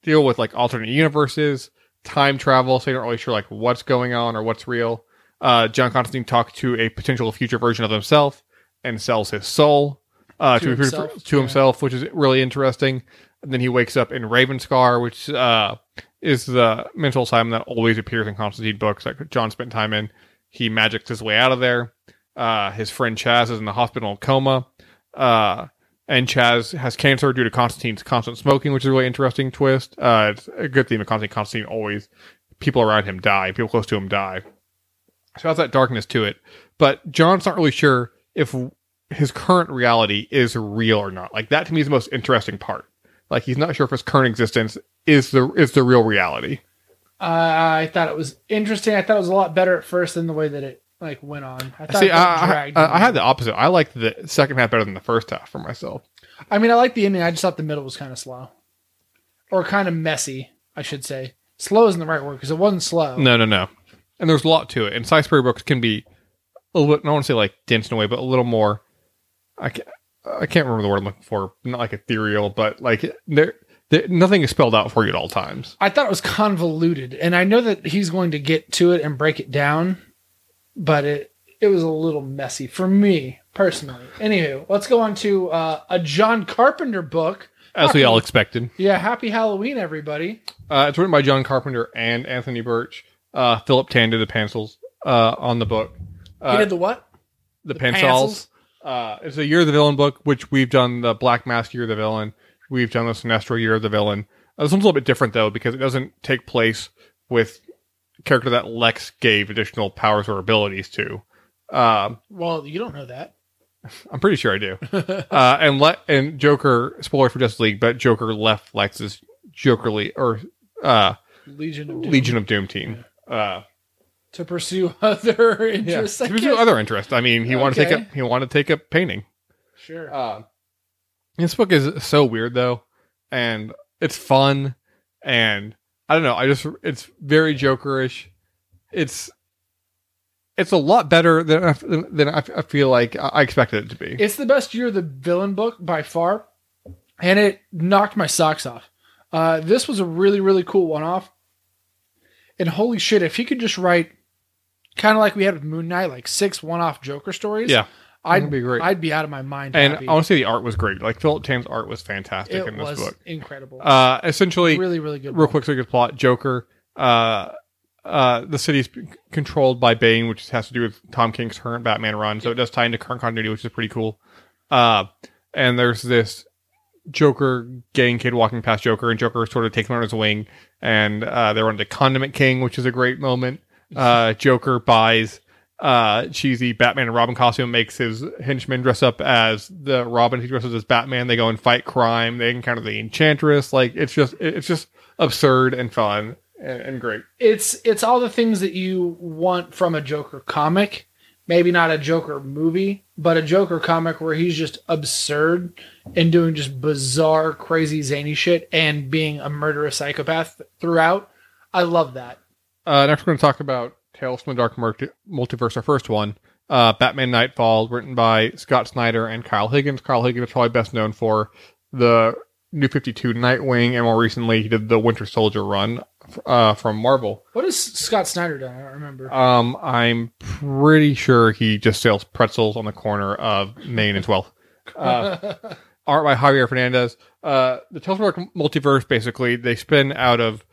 deal with like alternate universes, time travel. So you're not really sure like what's going on or what's real. Uh, John Constantine talked to a potential future version of himself and sells his soul uh,
To
to to
himself,
himself, to
yeah.
himself which is really interesting. And then he wakes up in Ravenscar, which uh, is the mental asylum that always appears in Constantine books that John spent time in. He magics his way out of there. Uh, his friend Chaz is in the hospital coma. Uh, and Chaz has cancer due to Constantine's constant smoking, which is a really interesting twist. Uh, it's a good theme of Constantine. Constantine always, people around him die, people close to him die. So it has that darkness to it. But John's not really sure if his current reality is real or not. Like that to me is the most interesting part. Like he's not sure if his current existence is the is the real reality.
Uh, I thought it was interesting. I thought it was a lot better at first than the way that it like went on. I thought
See,
it
I, I,
dragged
I, I
on.
had the opposite. I liked the second half better than the first half for myself.
I mean, I like the ending. I just thought the middle was kind of slow, or kind of messy. I should say slow isn't the right word because it wasn't slow.
No, no, no. And there's a lot to it. And Salisbury books can be a little bit, I don't want to say like dense in a way, but a little more. I can't, I can't remember the word I'm looking for. Not like ethereal, but like there, there nothing is spelled out for you at all times.
I thought it was convoluted, and I know that he's going to get to it and break it down, but it it was a little messy for me personally. Anywho, let's go on to uh, a John Carpenter book.
As we all expected.
Yeah, Happy Halloween, everybody.
Uh, it's written by John Carpenter and Anthony Birch. Uh, Philip Tan did the pencils uh, on the book.
he
Uh,
did the what?
the,
the
pencils. Uh, it's a Year of the Villain book, which we've done the Black Mask Year of the Villain. We've done the Sinestro Year of the Villain. Uh, this one's a little bit different though because it doesn't take place with a character that Lex gave additional powers or abilities to. Um,
Well, you don't know that.
I'm pretty sure I do. uh, and let and Joker spoiler for Justice League, but Joker left Lex's Jokerly or uh,
Legion of Doom.
Legion of Doom team. Uh,
to pursue other
Yeah.
interests. I
He was
guess.
doing other Uh, interest. I mean, he wanted to take
Okay.
up he wanted to take up painting.
sure.
Uh, this book is so weird though, and it's fun, and I don't know. I just it's very Jokerish. It's it's a lot better than I- than I, I feel like I I expected it to be.
It's the best year of the villain book by far, and it knocked my socks off. Uh, this was a really, really cool one off. And holy shit, if he could just write kind of like we had with Moon Knight, like six one off Joker stories,
Yeah.
I'd
That'd
be
be
great.
great.
I'd be out of my mind.
and
happy.
honestly, the art was great. Like Philip Tam's art was fantastic
it
in this
was
book.
incredible.
Uh, essentially,
really, really good.
real
book.
quick, so good plot. Joker. Uh, uh, the city's c- controlled by Bane, which has to do with Tom King's current Batman run. So it does tie into current continuity, which is pretty cool. Uh, and there's this Joker gang kid walking past Joker, and Joker sort of takes him under his wing. And uh, they're under Condiment King, which is a great moment. Uh, Joker buys uh, cheesy Batman and Robin costume, makes his henchmen dress up as the Robin. He dresses as Batman. They go and fight crime. They encounter the Enchantress. Like it's just it- it's just absurd and fun and, and great.
It's it's all the things that you want from a Joker comic. Maybe not a Joker movie, but a Joker comic where he's just absurd and doing just bizarre, crazy, zany shit and being a murderous psychopath throughout. I love that.
Uh, next, we're going to talk about Tales from the Dark Multi- Multiverse, our first one. Uh, Batman Nightfall, written by Scott Snyder and Kyle Higgins. Kyle Higgins is probably best known for the New 52 Nightwing, and more recently, he did the Winter Soldier run uh, from Marvel.
What has Scott Snyder done? I don't remember.
Um, I'm pretty sure he just sells pretzels on the corner of Maine and 12th. Uh, art by Javier Fernandez. Uh, the Tellspark multiverse basically they spin out of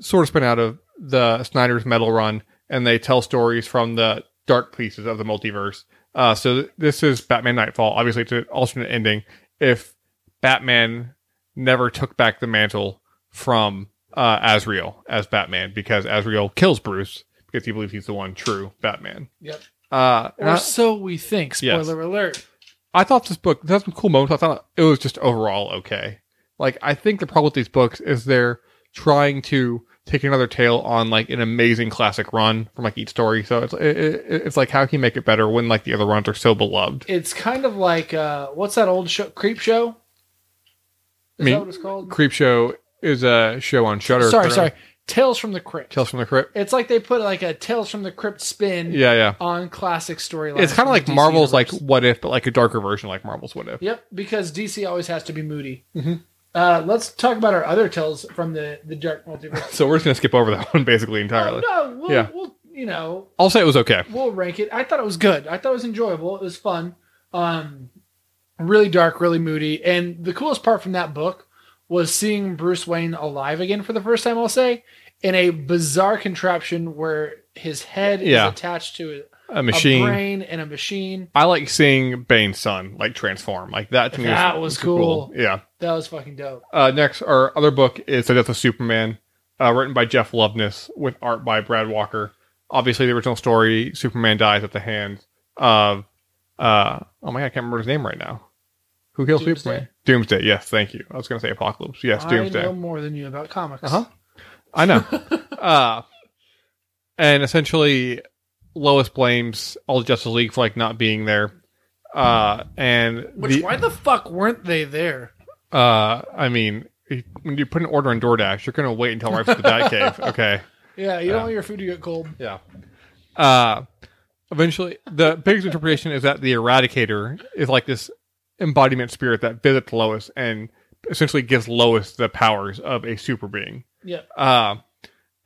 sort of spin out of the Snyder's Metal Run, and they tell stories from the dark pieces of the multiverse. Uh, so th- this is Batman Nightfall. Obviously, it's an alternate ending. If Batman never took back the mantle from uh, Azrael as Batman, because Azrael kills Bruce because he believes he's the one true Batman.
yep.
Uh, and
Or
I-
so we think. Spoiler
Yes.
alert.
I thought this book there's some cool moments. I thought it was just overall okay. Like I think the problem with these books is they're trying to take another tale on like an amazing classic run from like each story. So it's it, it, it's like how can you make it better when like the other runs are so beloved?
It's kind of like uh, what's that old show? Creep show. Is
Me-
that what it's called?
Creep Show is a show on Shutter.
sorry, sorry. Tales from the Crypt.
Tales from the Crypt.
It's like they put like a Tales from the Crypt spin
Yeah, yeah.
on classic storylines.
It's kind
from
of like
the DC
Marvel's like
universe.
What If, but like a darker version of like Marvel's What If.
Yep, because DC always has to be moody.
Mhm.
Uh, let's talk about our other tales from the the Dark Multiverse.
So we're just gonna skip over that one basically
oh,
entirely.
no, we'll,
Yeah.
we'll you know
I'll say it was okay.
we'll rank it. I thought it was good. I thought it was enjoyable. It was fun. Um, really dark, really moody, and the coolest part from that book was seeing Bruce Wayne alive again for the first time. I'll say in a bizarre contraption where his head
Yeah.
is attached to
A
a, a
machine.
brain and a machine.
I like seeing Bane's son like transform. Like that to me
That was cool.
Yeah.
That was fucking dope.
Uh, next, our other book is The Death of Superman, uh, written by Jeff Loveness with art by Brad Walker. Obviously, the original story, Superman dies at the hands of. Uh, oh my god, I can't remember his name right now. Who kills
Doomsday?
Superman? Doomsday. Yes, thank you. I was going to say Apocalypse. Yes,
I
Doomsday.
know more than you about comics.
Uh-huh. I know. uh, and essentially, Lois blames all the Justice League for like not being there. Uh, and
Which
the-
why the fuck weren't they there?
Uh, I mean, if- when you put an order on DoorDash, you're gonna wait until right after the Batcave. Okay.
Yeah, you don't
Yeah.
want your food to get cold.
Yeah. Uh, eventually, the biggest interpretation is that the Eradicator is like this embodiment spirit that visits Lois and essentially gives Lois the powers of a super being.
Yeah.
Uh,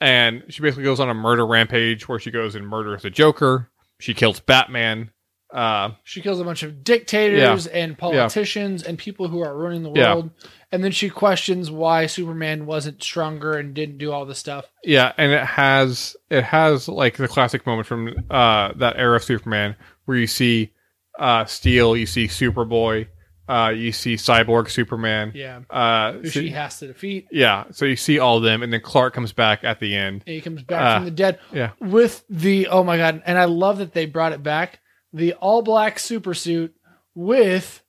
and she basically goes on a murder rampage where she goes and murders the Joker. She kills Batman. Uh,
She kills a bunch of dictators and politicians and people who are ruining the
Yeah.
world. And then she questions why Superman wasn't stronger and didn't do all this stuff.
Yeah, and it has it has like the classic moment from uh that era of Superman where you see uh Steel, you see Superboy, uh you see Cyborg Superman.
Yeah.
Uh
Who
so-
she has to defeat.
yeah, so you see all of them and then Clark comes back at the end.
And he comes back
Ah.
from the dead.
Yeah.
With the oh my god. And I love that they brought it back. The all black super suit with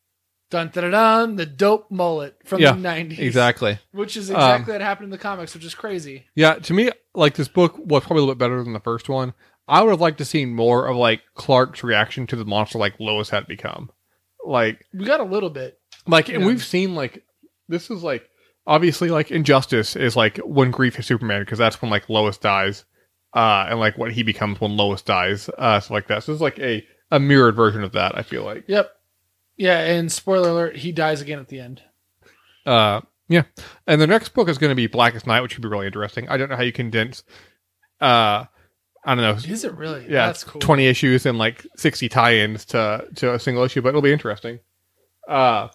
dun dun dun, dun the dope mullet from
Yeah,
the nineties.
Exactly.
Which is
Um,
exactly what happened in the comics, which is crazy.
Yeah, to me like this book was probably a little bit better than the first one. I would have liked to see more of like Clark's reaction to the monster like Lois had become. Like
We got a little bit.
Like, and
Yeah.
we've seen like this is like obviously like injustice is like when grief is Superman because that's when like Lois dies, uh, and like what he becomes when Lois dies, uh, stuff like that. So it's like a a mirrored version of that. I feel like.
Yep. Yeah, and spoiler alert, he dies again at the end.
Uh, yeah. And the next book is going to be Blackest Night, which should be really interesting. I don't know how you condense. Uh, I don't know.
Is it really?
Yeah,
that's cool.
Twenty issues and like sixty tie-ins to to a single issue, but it'll be interesting. Uh,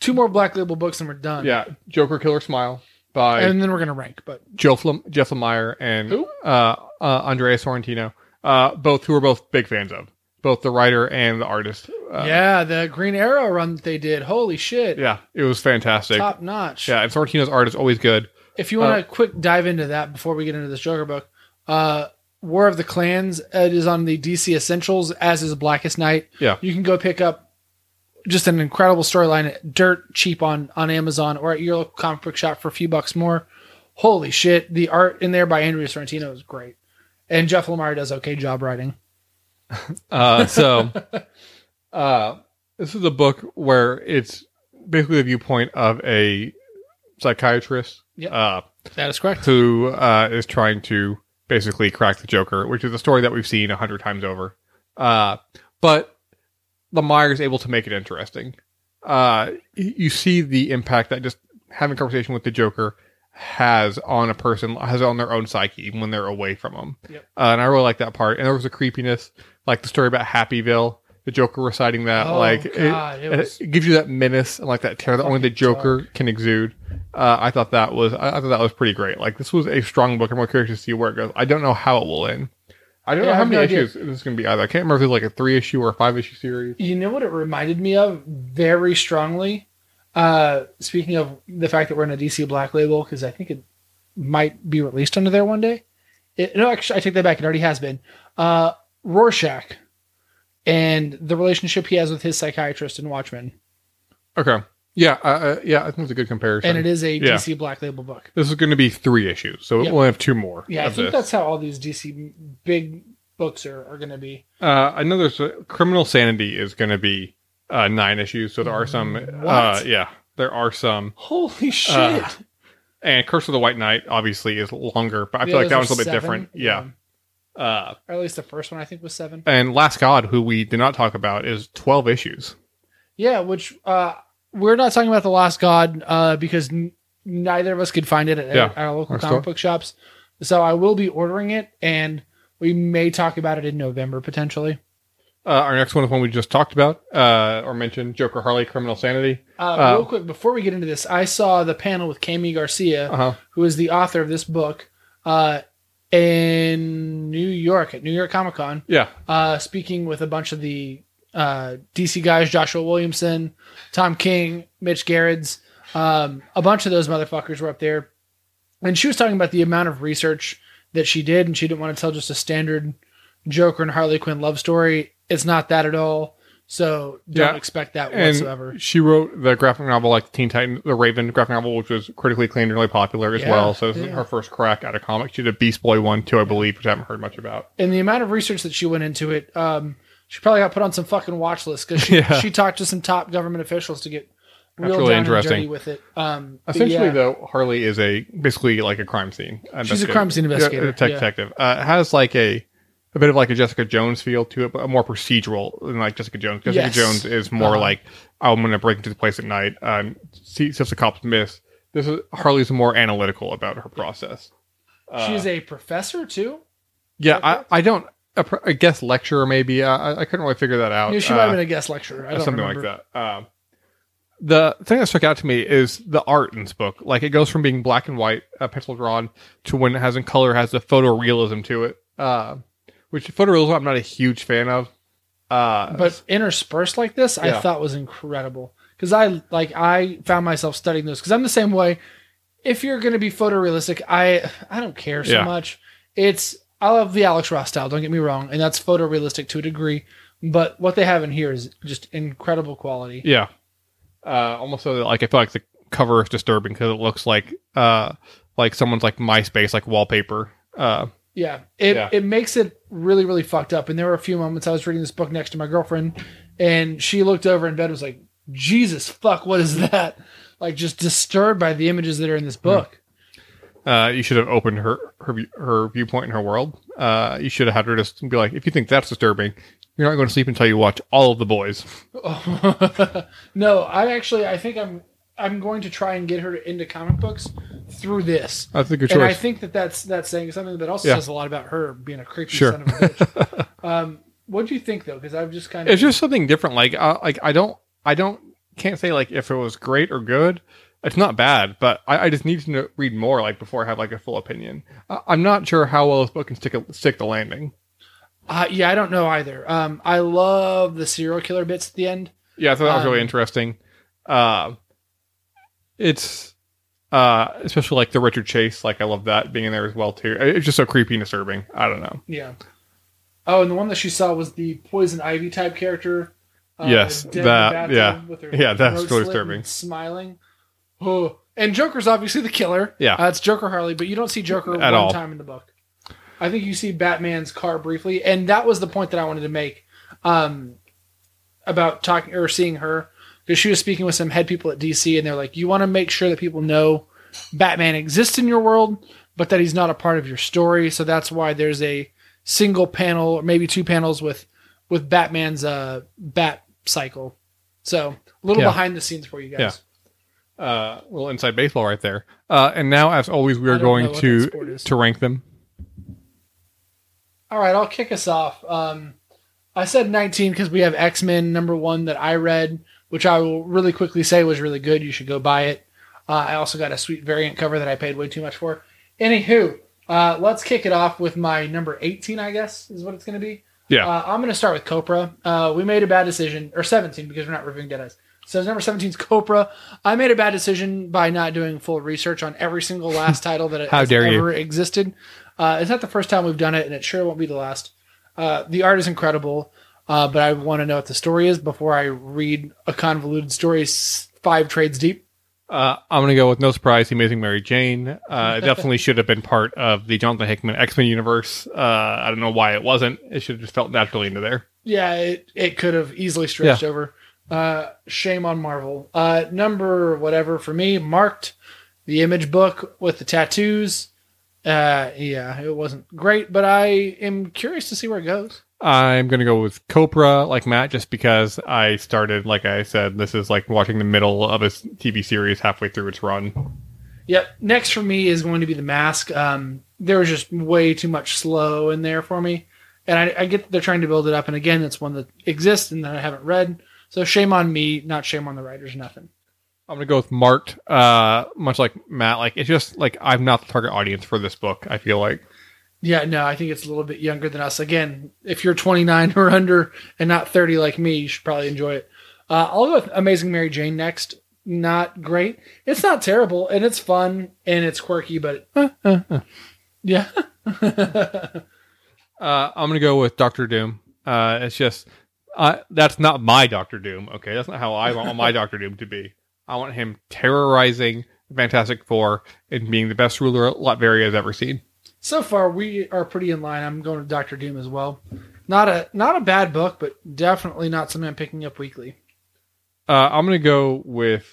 Two more Black Label books and we're done.
yeah, Joker Killer Smile by
and then we're gonna rank. But
Joe Flem- Jeff Lemire and
Who?
uh, uh, Andrea Sorrentino, uh, both who are both big fans of both the writer and the artist. Uh,
yeah, the Green Arrow run that they did. Holy shit!
yeah, it was fantastic.
top notch.
Yeah, and Sorrentino's art is always good.
If you want to quick dive into that before we get into this Joker book, uh, War of the Clans it is on the DC Essentials, as is Blackest Night.
Yeah.
you can go pick up just an incredible storyline, dirt cheap on on Amazon or at your local comic book shop for a few bucks more. Holy shit! The art in there by Andrea Sorrentino is great, and Jeff Lemire does okay job writing.
Uh, so, uh, this is a book where it's basically the viewpoint of a psychiatrist
Yep.
uh,
That is correct.
who uh, is trying to basically crack the Joker, which is a story that we've seen a hundred times over. Uh, but Lemire is able to make it interesting. Uh, y- you see the impact that just having a conversation with the Joker has on a person, has on their own psyche, even when they're away from them.
Yep.
Uh, and I really like that part. And there was a creepiness, like the story about Happyville, the Joker reciting that.
Oh,
like, it-
God, it
it,
was-
it gives you that menace and like that terror that only the
Fucking
Joker can exude. Uh, I thought that was I, I thought that was pretty great. Like this was a strong book. I'm more curious to see where it goes. I don't know how it will end. I don't
Yeah,
know
I
how
have
many
no idea.
issues this is going to be either. I can't remember if it's like a three issue or a five issue series.
You know what it reminded me of very strongly? Uh, speaking of the fact that we're in a DC Black Label, because I think it might be released under there one day. It, no, actually, I take that back. It already has been. Uh, Rorschach and the relationship he has with his psychiatrist in Watchmen.
Okay. Yeah. Uh, uh, yeah. I think it's a good comparison.
And it is a
Yeah.
DC Black Label book.
This is going to be three issues, so
Yeah.
we'll have two more.
Yeah, I
of
think
this.
that's how all these DC big books are, are going to be.
Uh, I know there's uh, criminal sanity is going to be uh, nine issues, so there are some. Uh,
Mm, What?
yeah, there are some.
Holy shit.
Uh, And Curse of the White Knight obviously is longer, but I feel
Yeah,
like that one's
those
a little
are
bit
seven.
different. Yeah. Uh,
Or at least the first one, I think, was seven.
and Last God, who we did not talk about, is twelve issues.
Yeah, which uh, we're not talking about the Lost God uh, because n- neither of us could find it at
Yeah,
our local
our
comic
store.
book shops. So I will be ordering it, and we may talk about it in November potentially.
Uh, our next one is one we just talked about uh, or mentioned: Joker, Harley, Criminal Sanity.
Uh,
Uh,
real quick, before we get into this, I saw the panel with Cami Garcia,
Uh huh.
who is the author of this book, uh, in New York at New York Comic Con.
Yeah.
uh, speaking with a bunch of the uh, DC guys, Joshua Williamson, Tom King, Mitch Gerrits, um, a bunch of those motherfuckers were up there. And she was talking about the amount of research that she did, and she didn't want to tell just a standard Joker and Harley Quinn love story. It's not that at all. So don't
Yeah.
expect that
And
whatsoever.
she wrote the graphic novel like Teen Titan, the Raven graphic novel, which was critically acclaimed and really popular as
Yeah,
well. So this is
yeah.
her first crack at a comic. She did a Beast Boy one too, I believe, which I haven't heard much about.
And the amount of research that she went into it, um, she probably got put on some fucking watch list because she,
Yeah.
she talked to some top government officials to get
That's
real
really
down
interesting.
and dirty with it. Um, but
Essentially,
yeah.
though, Harley is a basically like a crime scene.
She's a
investigator.
crime scene
Yeah,
investigator,
a tech
yeah.
detective. Uh, it has like a a bit of like a Jessica Jones feel to it, but a more procedural than like Jessica Jones. Jessica
Yes.
Jones is more
Uh-huh.
like I'm going to break into the place at night, um, see see if the cops miss. This is Harley's more analytical about her process. Uh,
She's a professor too.
Yeah, I, I don't. a pr- I guess lecturer maybe. Uh, I, I couldn't really figure that out.
Yeah, she
Uh,
might have been a guest lecturer. I don't
something
remember.
like that. Um, the thing that stuck out to me is the art in this book. Like it goes from being black and white, uh, pencil drawn, to when it has in color, has the photorealism to it. Uh, which photorealism I'm not a huge fan of. Uh,
But interspersed like this, I
Yeah.
thought was incredible because I like I found myself studying those because I'm the same way. If you're going to be photorealistic, I I don't care so
Yeah.
much. It's I love the Alex Ross style. Don't get me wrong, and that's photorealistic to a degree. But what they have in here is just incredible quality.
yeah, uh, almost so that, like I feel like the cover is disturbing because it looks like uh, like someone's like MySpace like wallpaper. Uh,
Yeah, it
Yeah.
it makes it really really fucked up. And there were a few moments I was reading this book next to my girlfriend, and she looked over in bed and was like,
Hmm.
"Jesus fuck, what is that?" Like just disturbed by the images that are in this book.
Uh, you should have opened her her view- her viewpoint in her world. Uh, you should have had her just be like, if you think that's disturbing, you're not going to sleep until you watch all of the boys.
no, I actually I think I'm I'm going to try and get her into comic books through this.
That's a good
And I
choice.
think that that's that's saying something that also
Yeah.
says a lot about her being a creepy
Sure.
son of a bitch. um, what do you think though? Because I've just kind of
it's just something different. Like, uh, like I don't, I don't, can't say like if it was great or good. It's not bad, but I, I just need to know, read more like before I have like a full opinion. I, I'm not sure how well this book can stick a, stick the landing.
uh, yeah, I don't know either. Um, I love the serial killer bits at the end.
Yeah, I thought that was really
Um,
interesting. Uh, it's uh, especially like the Richard Chase. Like I love that being in there as well too. It- It's just so creepy and disturbing. I don't know.
Yeah. Oh, and the one that she saw was the poison ivy type character.
Yes,
dead in the
that-
bathroom
yeah.
with her
Yeah, that's
throat
really
slit
disturbing.
and Smiling. Oh, and Joker's obviously the killer.
Yeah.
uh, it's Joker Harley, but you don't see Joker
At
one
all.
time in the book. I think you see Batman's car briefly, and that was the point that I wanted to make um, about talking or seeing her because she was speaking with some head people at DC, and they're like, "You want to make sure that people know Batman exists in your world, but that he's not a part of your story." So that's why there's a single panel, or maybe two panels with with Batman's uh, Bat cycle. So a little
Yeah.
behind the scenes for you guys.
Yeah. Uh, little inside baseball right there. Uh, and now, as always, we
I
are
don't know
going
what that sport
to
is.
to rank them.
All right, I'll kick us off. Um, I said 19 because we have X Men number one that I read, which I will really quickly say was really good. You should go buy it. Uh, I also got a sweet variant cover that I paid way too much for. Anywho, uh, let's kick it off with my number 18, I guess, is what it's going to be.
Yeah.
Uh, I'm going to start with Copra. Uh, we made a bad decision, or 17 because we're not reviewing Dead Eyes. So number 17 is Copra. I made a bad decision by not doing full research on every single last title that
How
has
dare you.
ever existed. Uh, it's not the first time we've done it, and it sure won't be the last. Uh, the art is incredible, uh, but I want to know what the story is before I read a convoluted story s- five trades deep.
Uh, I'm going to go with no surprise, The Amazing Mary Jane. Uh, it definitely should have been part of the Jonathan Hickman X Men universe. Uh, I don't know why it wasn't. It should have just felt naturally into there.
Yeah, it, it could have easily stretched over. Uh, shame on Marvel. Uh, number whatever for me, marked the image book with the tattoos. Uh, yeah, it wasn't great, but I am curious to see where it goes.
I'm going to go with Copra, like Matt, just because I started, like I said, this is like watching the middle of a s- TV series halfway through its run.
Yep. Next for me is going to be the mask. Um, there was just way too much slow in there for me, and I, I get they're trying to build it up. And again, it's one that exists and that I haven't read. So shame on me, not shame on the writers. Nothing.
I'm going to go with Marked, uh, much like Matt. Like, it's just like I'm not the target audience for this book, I feel like.
Yeah, no, I think it's a little bit younger than us. Again, if you're 29 or under and not 30 like me, you should probably enjoy it. Uh, I'll go with Amazing Mary Jane next. Not great. It's not terrible, and it's fun, and it's quirky, but yeah.
Uh, I'm gonna go with Doctor Doom. Uh, it's just uh, that's not my Doctor Doom. Okay, that's not how I want my Doctor Doom to be. I want him terrorizing the Fantastic Four and being the best ruler Latveria has ever seen.
so far we are pretty in line. I'm going to Doctor Doom as well. Not a not a bad book, but definitely not something I'm picking up weekly.
Uh, I'm gonna go with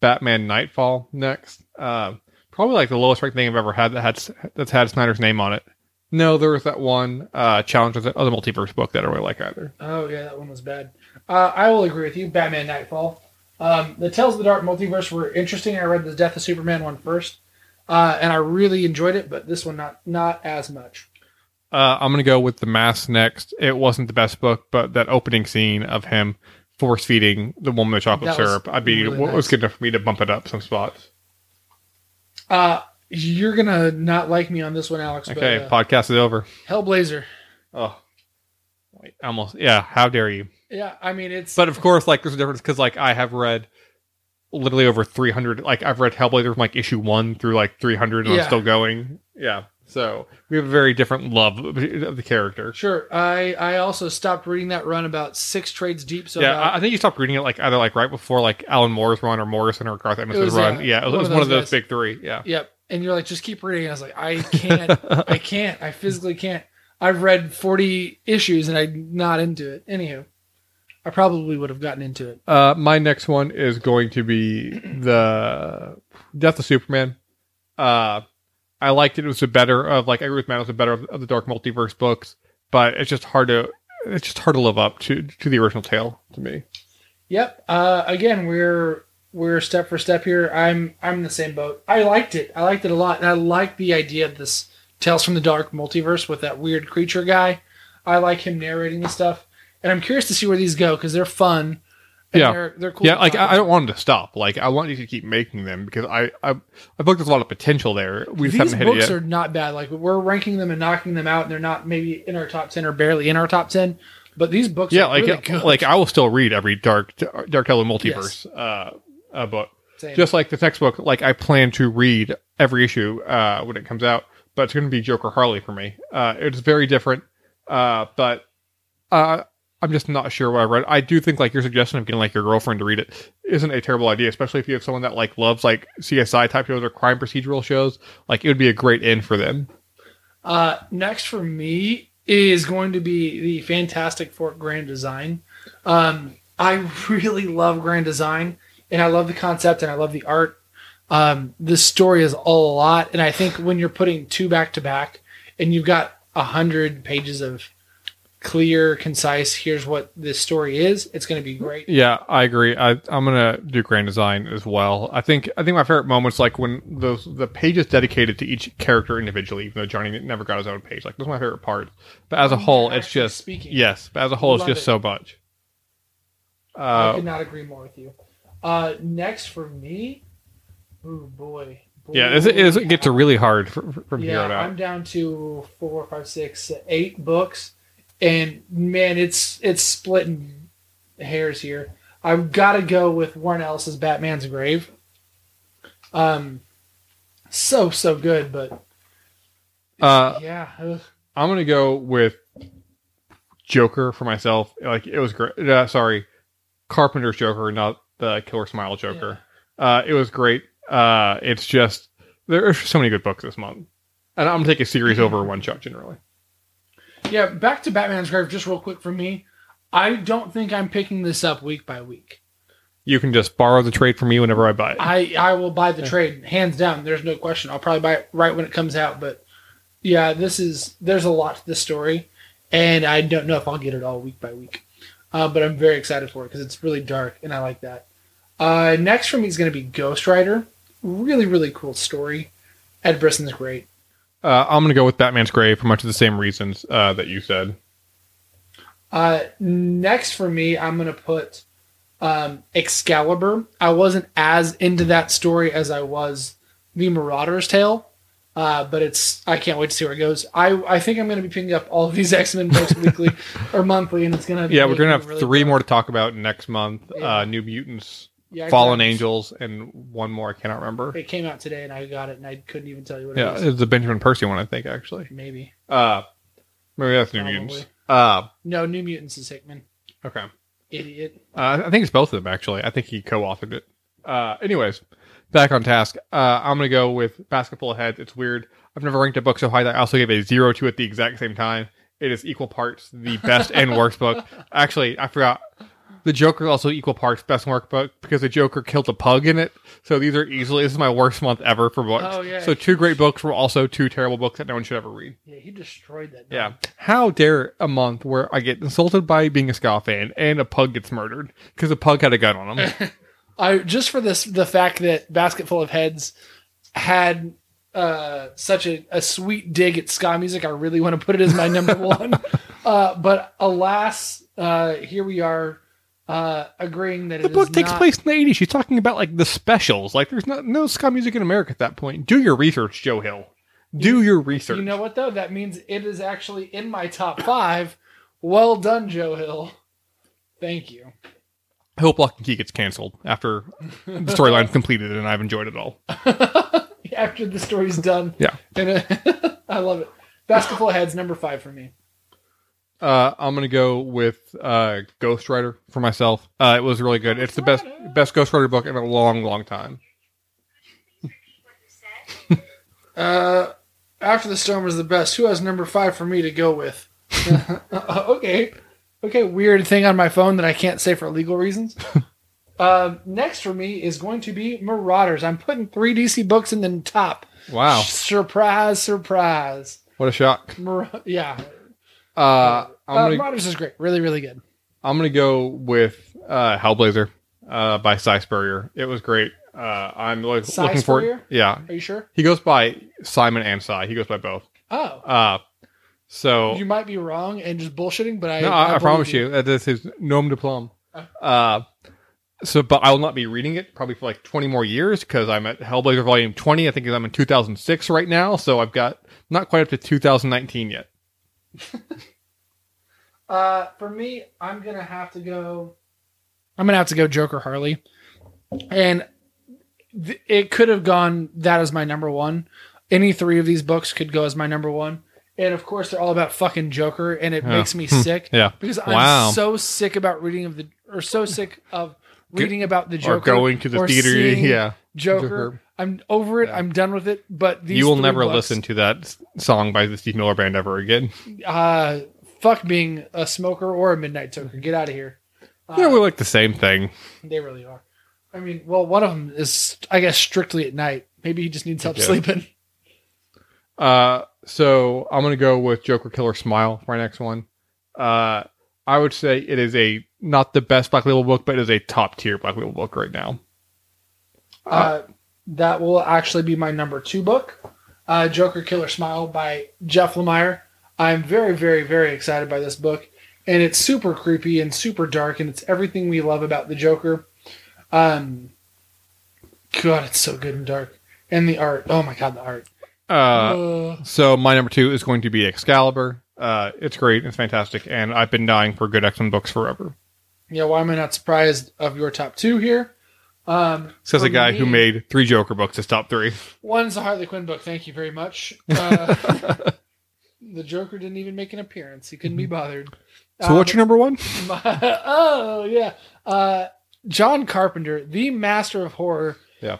Batman Nightfall next. Uh, probably like the lowest ranked thing I've ever had that had that's had Snyder's name on it. No, there was that one uh, challenge of the other multiverse book that I don't really like either.
Oh yeah, that one was bad. Uh, I will agree with you. Batman Nightfall. Um, the Tales of the Dark Multiverse were interesting. I read the Death of Superman one first, uh, and I really enjoyed it, but this one not not as much.
Uh, I'm gonna go with the mask next. It wasn't the best book, but that opening scene of him force feeding the woman the chocolate
That was
syrup, I'd be
really
what was
nice.
good enough for me to bump it up some spots.
Uh, you're gonna not like me on this one, Alex.
Okay,
but, uh,
podcast is over.
Hellblazer.
Oh, wait, almost. Yeah, how dare you?
Yeah, I mean it's
But of course, like there's a difference because like I have read literally over 300. Like I've read Hellblazer from like issue one through like 300, and
Yeah.
I'm still going. Yeah, so we have a very different love of of the character.
sure. I I also stopped reading that run about six trades deep. So uh,
yeah,
about-
I, I think you stopped reading it like either like right before like Alan Moore's run or Morrison or Garth Ennis's
was,
run.
uh,
yeah, it was, it was one of those
guys.
big three. Yeah,
Yep. And you're like, just keep reading. I was like, I can't. I can't. I physically can't. I've read 40 issues and I'm not into it. Anywho, I probably would have gotten into it.
Uh, my next one is going to be the Death of Superman. Uh, I liked it. It was the better of like I agree with Matt. It was the better of, of the Dark Multiverse books, but it's just hard to it's just hard to live up to to the original tale to me.
Yep. Uh, again, we're we're step for step here. I'm I'm in the same boat. I liked it. I liked it a lot, and I like the idea of this Tales from the Dark multiverse with that weird creature guy. I like him narrating the stuff, and I'm curious to see where these go because they're fun. and
Yeah.
they're, they're cool.
Yeah,
to
like
talk
I, I don't want them to stop. Like I want you to keep making them because I I, I think there's a lot of potential there. We just
These
haven't hit it
books
yet.
are not bad. Like we're ranking them and knocking them out, and they're not maybe in our top ten or barely in our top ten. But these books,
yeah,
are
like
really good.
like I will still read every Dark Dark Hello Multiverse uh, uh book.
Same.
Just like the next book, like I plan to read every issue uh, when it comes out, but it's going to be Joker Harley for me. Uh, it's very different, uh, but uh, I'm just not sure what I read. I do think like your suggestion of getting like your girlfriend to read it isn't a terrible idea, especially if you have someone that like loves like CSI type shows or crime procedural shows. Like it would be a great end for them.
Uh, next for me is going to be the Fantastic Four Grand Design. Um, I really love Grand Design, and I love the concept, and I love the art. Um, this story is a lot, and I think when you're putting two back to back, and you've got a hundred pages of clear, concise, here's what this story is, it's going to
Mm-hmm.
be great.
Yeah, I agree. I, I'm gonna do grand design as well. I think I think my favorite moments like when those the pages dedicated to each character individually, even though Johnny never got his own page. Like that's my favorite part. But as a whole, it's
Actually
just
speaking.
yes. But as a whole, it's
Love
just
it.
so much.
I
Uh,
could not agree more with you. Uh, next for me, oh boy, boy
yeah, this, is- it gets really hard fr- fr- from here
yeah,
on out.
I'm down to four, five, six, eight books, and man, it's it's splitting hairs here. I've got to go with Warren Ellis's Batman's Grave. Um, so so good, but
Uh,
yeah, ugh.
I'm gonna go with Joker for myself. Like it was great. Uh, sorry, Carpenter's Joker, not the Killer Smile Joker. Uh, it was great. Uh, it's just there are so many good books this month, and I'm gonna take a series over one shot generally.
yeah. Back to Batman's Grave, just real quick for me. I don't think I'm picking this up week by week.
You can just borrow the trade from me whenever I buy it.
I I will buy the
Yeah.
trade hands down. There's no question. I'll probably buy it right when it comes out. But yeah, this is there's a lot to this story, and I don't know if I'll get it all week by week. Uh, but I'm very excited for it because it's really dark and I like that. Uh, next for me is going to be Ghost Rider. Really really cool story. Ed Brisson's great.
Uh, I'm gonna go with Batman's Grave for much of the same reasons uh, that you said.
Uh, next for me, I'm gonna put um, Excalibur. I wasn't as into that story as I was the Marauder's Tale, uh, but it's I can't wait to see where it goes. I I think I'm gonna be picking up all of these X Men books weekly or monthly, and it's gonna
Yeah, we're
make
gonna
me
have
really
three
proud.
more to talk about next month:
Yeah.
uh, New Mutants,
Yeah, I
Fallen
got it.
Angels, and one more I cannot remember.
It came out today, and I got it, and I couldn't even tell you what
Yeah,
it is.
it's the Benjamin Percy one, I think actually.
Maybe
Uh, maybe that's New
Probably.
Mutants. Uh,
no. New Mutants is Hickman.
okay.
Idiot.
Uh, I think it's both of them actually. I think he co-authored it. Uh, anyways, back on task. Uh, I'm gonna go with Basketball Ahead. It's weird. I've never ranked a book so high that I also gave a zero to at the exact same time. It is equal parts the best and worst book. Actually, I forgot. The Joker is also equal parts best and worst book because the Joker killed a pug in it. So these are easily this is my worst month ever for books.
Oh, yeah.
So two great books were also two terrible books that no one should ever read.
Yeah, he destroyed that.
Yeah.
dog.
How dare a month where I get insulted by being a ska fan and a pug gets murdered because a pug had a gun on him.
I just for this the fact that Basketful of Heads had uh, such a, a sweet dig at ska music, I really want to put it as my number one. Uh, but alas, uh, here we are uh, agreeing that
the
it
book
is
takes
not-
place in the 80s. She's talking about like the specials. Like there's not, no ska music in America at that point. Do your research, Joe Hill. Do your research.
You know what though? That means it is actually in my top five. Well done, Joe Hill. Thank you.
I hope Lock and Key gets canceled after the storyline's completed and I've enjoyed it all.
After the story's done,
Yeah.
and uh, I love it. Basketful of Heads number five for me.
Uh, I'm gonna go with uh, Ghost Rider for myself. Uh, it was really good. It's the best best Ghost Rider book in a long, long time.
Uh, after the storm was the best. Who has number five for me to go with? okay, okay. Weird thing on my phone that I can't say for legal reasons. um, next for me is going to be Marauders. I'm putting three DC books in the top
Wow.
Surprise, surprise.
What a shock.
Mar- yeah.
Uh,
uh,
I'm gonna
Marauders is great. Really, really good.
I'm gonna go with uh, Hellblazer uh, by Cy Spurrier. It was great. Uh, I'm like
Cy
looking forward.
Spurrier?
Yeah,
Are you sure?
he goes by Simon and Cy. He goes by both.
Oh.
Uh, so
You might be wrong and just bullshitting, but I
Oh. no, I, I,
believe
promise you that this is nom de plume.
Oh.
Uh, so, but I will not be reading it probably for like 20 more years because I'm at Hellblazer Volume 20. I think I'm in 2006 right now, so I've got not quite up to 2019 yet.
Uh, for me, I'm gonna have to go. I'm gonna have to go Joker Harley, and th- it could have gone that as my number one. Any three of these books could go as my number one, and of course they're all about fucking Joker, and it
Yeah.
makes me sick
Yeah,
because
Wow.
I'm so sick about reading of the or so sick of
G-
reading about the Joker
or going to the
or
theater.
seeing
Yeah,
Joker.
Joker.
I'm over it.
Yeah.
I'm done with it. But these
you will
three
never
books-
listen to that s- song by the Steve Miller Band ever again.
Uh, fuck being a smoker or a midnight toker. Get out of here. Uh,
yeah, we like the same thing.
They really are. I mean, well, one of them is, I guess, strictly at night. Maybe he just needs help
Yeah.
sleeping.
Uh, so I'm gonna go with Joker Killer Smile for my next one. Uh, I would say it is a not the best Black Label book, but it is a top tier Black Label book right now.
Uh, that will actually be my number two book, uh, Joker Killer Smile by Jeff Lemire. I'm very, very, very excited by this book, and it's super creepy and super dark, and it's everything we love about the Joker. Um, God, it's so good and dark, and the art. Oh my God, the art.
Uh,
Uh,
so my number two is going to be Excalibur. Uh, it's great, it's fantastic, and I've been dying for good X Men books forever.
yeah, why am I not surprised of your top two here? Um,
Says
for
a guy who
me-
made three Joker books as top three.
One's a Harley Quinn book. Thank you very much. Uh, the Joker didn't even make an appearance. He couldn't be bothered.
Mm-hmm.
Um,
So what's your number one?
oh yeah, uh, John Carpenter, the master of horror.
Yeah.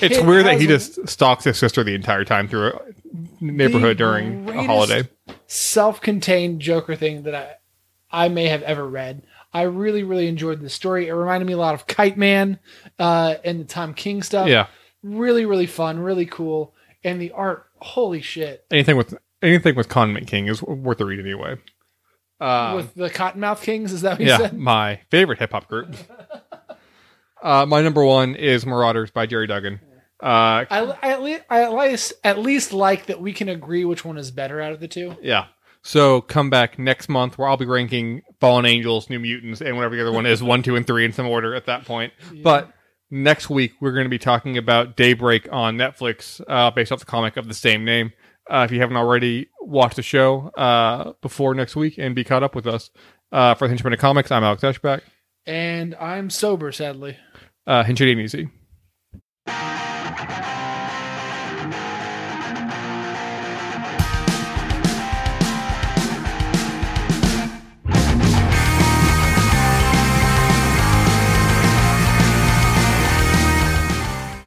It's
It
weird that
has
he
a
just stalks his sister the entire time through a neighborhood during a
greatest-
holiday.
self-contained Joker thing that I I may have ever read. I really really enjoyed this story. It reminded me a lot of Kite Man uh, and the Tom King stuff.
Yeah.
really really fun, really cool, and the art. Holy shit!
anything with anything with Condiment King is worth a read anyway. Uh,
With the Cottonmouth Kings, is that what you
yeah,
said?
my favorite hip hop group. uh, my number one is Marauders by Jerry Duggan. Uh,
I, I, at least, I at least at least like that we can agree which one is better out of the two.
yeah. So come back next month where I'll be ranking Fallen Angels, New Mutants, and whatever the other one is one, two, and three in some order at that point. But next week we're going to be talking about Daybreak on Netflix, uh, based off the comic of the same name. Uh, if you haven't already watched the show uh, before next week and be caught up with us uh, for the Hinchman of Comics, I'm Alex Ashback.
and I'm sober, sadly.
uh, Hinchity and Easy.